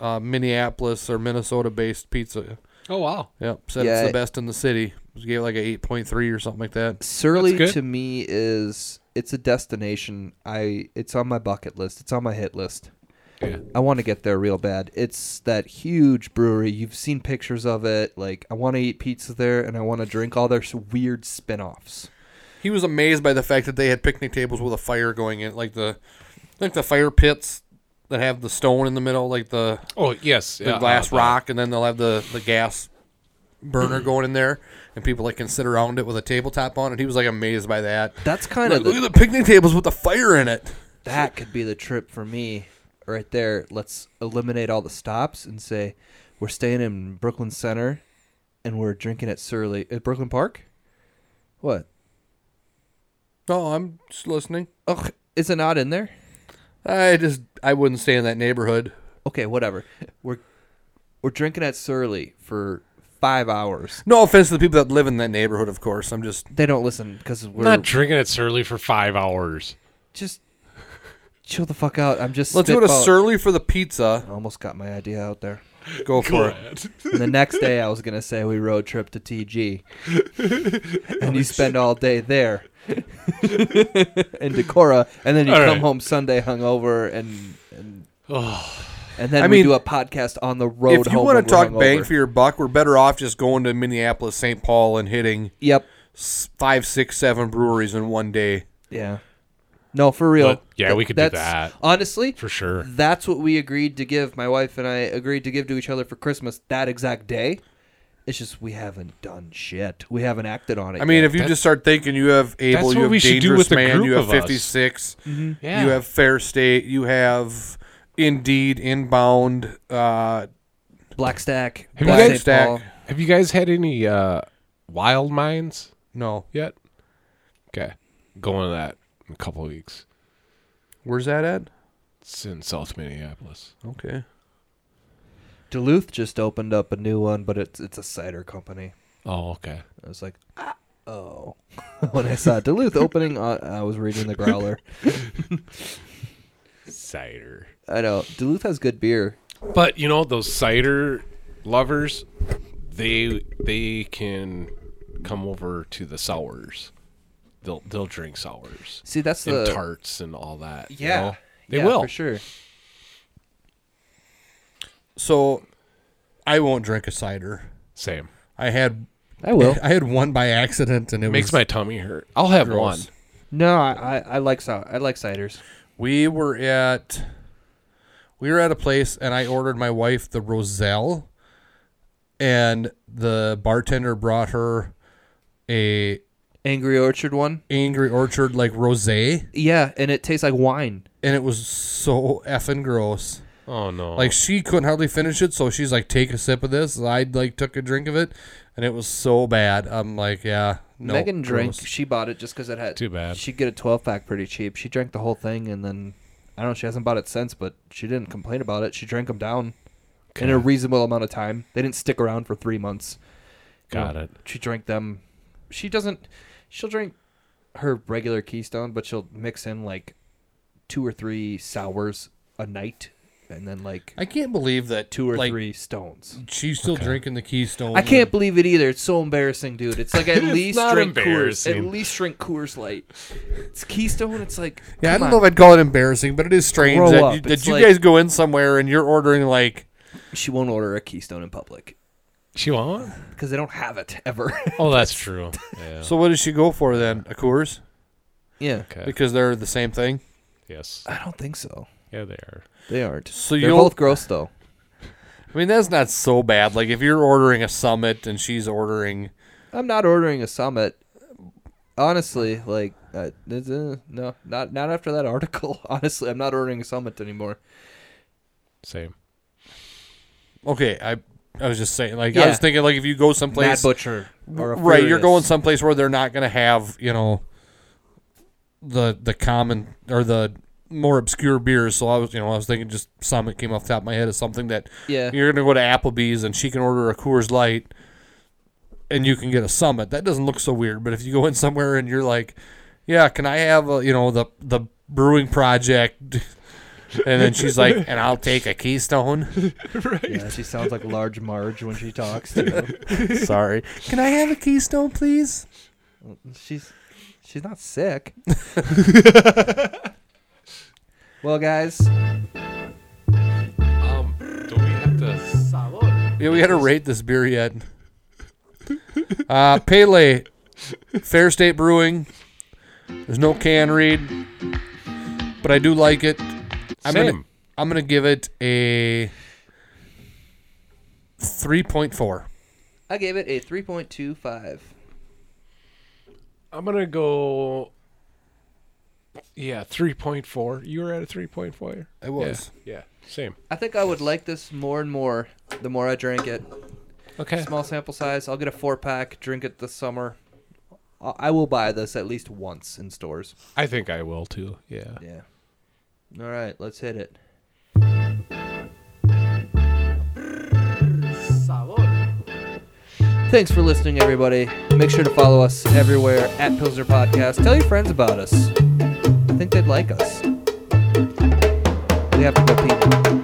Speaker 1: uh, Minneapolis or Minnesota-based pizza.
Speaker 3: Oh wow.
Speaker 1: Yep, said
Speaker 8: Yeah.
Speaker 1: it's the best in the city. He gave it like an eight point three or something like that.
Speaker 8: Surly
Speaker 3: That's good.
Speaker 8: to me is it's a destination. I it's on my bucket list. It's on my hit list.
Speaker 3: Yeah.
Speaker 8: I want to get there real bad. It's that huge brewery. You've seen pictures of it. Like I want to eat pizza there and I want to drink all their s- weird spin-offs.
Speaker 1: He was amazed by the fact that they had picnic tables with a fire going in, like the like the fire pits that have the stone in the middle, like the
Speaker 3: Oh yes.
Speaker 1: the
Speaker 3: yeah,
Speaker 1: glass
Speaker 3: uh,
Speaker 1: rock, and then they'll have the, the gas burner going in there, and people like can sit around it with a tabletop on. And he was like amazed by that.
Speaker 8: That's kind
Speaker 1: Like,
Speaker 8: of
Speaker 1: look at
Speaker 8: the,
Speaker 1: the picnic tables with the fire in it.
Speaker 8: that could be the trip for me right there. Let's eliminate all the stops and say we're staying in Brooklyn Center and we're drinking at Surly at Brooklyn Park. What?
Speaker 1: Oh, I'm just listening.
Speaker 8: Oh, is it not in there?
Speaker 1: I just I wouldn't stay in that neighborhood.
Speaker 8: okay, whatever. We're we're drinking at Surly for five hours.
Speaker 1: No offense to the people that live in that neighborhood, of course. I'm just
Speaker 8: They don't listen because we're
Speaker 3: I'm not drinking at Surly for five hours.
Speaker 8: just chill the fuck out. I'm just
Speaker 1: let's go to
Speaker 8: spitballing.
Speaker 1: Surly for the pizza.
Speaker 8: I almost got my idea out there.
Speaker 1: Go for it.
Speaker 8: And the next day, I was gonna say we road trip to TG, and you spend all day there in Decorah, and then you
Speaker 3: All
Speaker 8: come
Speaker 3: right.
Speaker 8: home Sunday hungover, and and, and then
Speaker 1: I
Speaker 8: we
Speaker 1: mean,
Speaker 8: do a podcast on the road.
Speaker 1: if you
Speaker 8: home
Speaker 1: want
Speaker 8: when
Speaker 1: to
Speaker 8: we're
Speaker 1: talk bang
Speaker 8: hungover.
Speaker 1: for your buck, we're better off just going to Minneapolis, St. Paul, and hitting
Speaker 8: yep,
Speaker 1: s- five, six, seven breweries in one day.
Speaker 8: yeah, no, for real.
Speaker 3: But, yeah, we could do
Speaker 8: that's-
Speaker 3: that.
Speaker 8: honestly.
Speaker 3: for sure.
Speaker 8: That's what we agreed to give. My wife and I agreed to give to each other for Christmas that exact day. It's just we haven't done shit. We haven't acted on it.
Speaker 1: I mean,
Speaker 8: yet.
Speaker 1: if you just start thinking you have Abel,
Speaker 3: what
Speaker 1: you have
Speaker 3: we should do
Speaker 1: Dangerous
Speaker 3: with the
Speaker 1: Man,
Speaker 3: group
Speaker 1: you have
Speaker 3: of us. Mm-hmm.
Speaker 1: 56,
Speaker 3: Yeah.
Speaker 1: you have Fair State, you have Indeed, Inbound, uh,
Speaker 8: Black Stack,
Speaker 3: Have you
Speaker 8: Black
Speaker 3: guys-
Speaker 8: St.
Speaker 1: Stack.
Speaker 8: Paul.
Speaker 3: Have you guys had any uh, wild minds
Speaker 1: no.
Speaker 3: yet? Okay, going to that in a couple of weeks.
Speaker 1: Where's that at?
Speaker 3: It's in South Minneapolis.
Speaker 1: Okay.
Speaker 8: Duluth just opened up a new one, but it's it's a cider company.
Speaker 3: Oh, okay.
Speaker 8: I was like, ah, oh. when I saw Duluth opening, uh, I was reading the growler.
Speaker 3: Cider.
Speaker 8: I know Duluth has good beer.
Speaker 3: But you know those cider lovers, they they can come over to the sours. They'll they'll drink sours
Speaker 8: See, that's
Speaker 3: and
Speaker 8: the
Speaker 3: tarts and all that. you
Speaker 8: yeah.
Speaker 3: know? they
Speaker 8: yeah,
Speaker 3: will.
Speaker 8: for sure.
Speaker 1: So I won't drink a cider.
Speaker 3: Same.
Speaker 1: I had
Speaker 8: I will.
Speaker 1: I had one by accident and it
Speaker 3: Makes
Speaker 1: was
Speaker 3: my tummy hurt. I'll have
Speaker 1: gross.
Speaker 3: one.
Speaker 8: No, I, I, I like cider. I like ciders.
Speaker 1: We were at we were at a place and I ordered my wife the Roselle and the bartender brought her a
Speaker 8: Angry Orchard one.
Speaker 1: Angry Orchard like rosé
Speaker 8: Yeah, and it tastes like wine.
Speaker 1: and it was so effing gross.
Speaker 3: Oh no.
Speaker 1: Like she couldn't hardly finish it, so she's like, "Take a sip of this." And I like took a drink of it, and it was so bad. I'm like, "Yeah, no."
Speaker 8: Megan drank.
Speaker 1: gross.
Speaker 8: She bought it just because it had.
Speaker 3: Too bad.
Speaker 8: She'd get a twelve pack pretty cheap. She drank the whole thing, and then I don't know. She hasn't bought it since, but she didn't complain about it. She drank them down in a reasonable amount of time. They didn't stick around for three months.
Speaker 3: Got it.
Speaker 8: She drank them. She doesn't. She'll drink her regular Keystone, but she'll mix in like two or three sours a night, and then like
Speaker 1: I can't believe that
Speaker 8: two or
Speaker 1: like,
Speaker 8: three stones.
Speaker 1: She's still drinking the Keystone.
Speaker 8: I can't believe it either. It's so embarrassing, dude. It's like at least
Speaker 3: not
Speaker 8: drink Coors. At
Speaker 3: embarrassing.
Speaker 8: least drink Coors Light. It's Keystone. It's like
Speaker 1: Yeah, I
Speaker 8: come
Speaker 1: don't know if
Speaker 8: on.
Speaker 1: I'd call it embarrassing, but it is strange
Speaker 8: Grow
Speaker 1: that
Speaker 8: up.
Speaker 1: you, that
Speaker 8: It's
Speaker 1: you
Speaker 8: like-
Speaker 1: guys go in somewhere and you're ordering like
Speaker 8: She won't order a Keystone in public
Speaker 3: She won't?
Speaker 8: because they don't have it ever.
Speaker 3: Oh, that's true. Yeah.
Speaker 1: So what does she go for then? A Coors?
Speaker 8: yeah,
Speaker 3: Okay.
Speaker 1: Because they're the same thing.
Speaker 3: Yes.
Speaker 8: I don't think so.
Speaker 3: Yeah, they are.
Speaker 8: They aren't.
Speaker 1: So
Speaker 8: They're
Speaker 1: you'll-
Speaker 8: both gross though.
Speaker 1: I mean, that's not so bad. Like if you're ordering a Summit and she's ordering,
Speaker 8: I'm not ordering a Summit. Honestly, like uh, this- uh, no, not not after that article. Honestly, I'm not ordering a Summit anymore.
Speaker 3: Same.
Speaker 1: okay, I I was just saying, like I
Speaker 8: Yeah.
Speaker 1: was thinking, like if you go someplace,
Speaker 8: Mad Butcher or a
Speaker 1: right, you're
Speaker 8: Furious.
Speaker 1: going someplace where they're not gonna have you know the the common or the more obscure beers. So I was you know I was thinking just Summit came off the top of my head as something that
Speaker 8: Yeah,
Speaker 1: you're gonna go to Applebee's and she can order a Coors Light, and you can get a Summit. That doesn't look so weird. But if you go in somewhere and you're like, "Yeah, can I have a, you know the the brewing project?" And then she's like, "And I'll take a Keystone."
Speaker 8: yeah. She sounds like Large Marge when she talks. Too.
Speaker 1: Sorry, can I have a Keystone, please?
Speaker 8: She's she's not sick. well, guys,
Speaker 3: Um, do we have to?
Speaker 1: Yeah, we had to rate this beer yet. Uh, Pele, Fair State Brewing. There's no can read, but I do like it. I'm gonna
Speaker 3: Same.
Speaker 1: I'm gonna give it a three point four.
Speaker 8: I gave it a 3.25.
Speaker 3: I'm gonna go. Yeah, three point four. You were at a three point four.
Speaker 1: It was.
Speaker 3: Yeah, same.
Speaker 8: I think I would like this more and more the more I drink it.
Speaker 3: Okay.
Speaker 8: Small sample size. I'll get a four pack, drink it this summer. I I will buy this at least once in stores.
Speaker 3: I think I will too. Yeah.
Speaker 8: Yeah. All right, let's hit it. Thanks for listening, everybody. Make sure to follow us everywhere at Pilsner Podcast. Tell your friends about us. I think they'd like us. We have an opinion.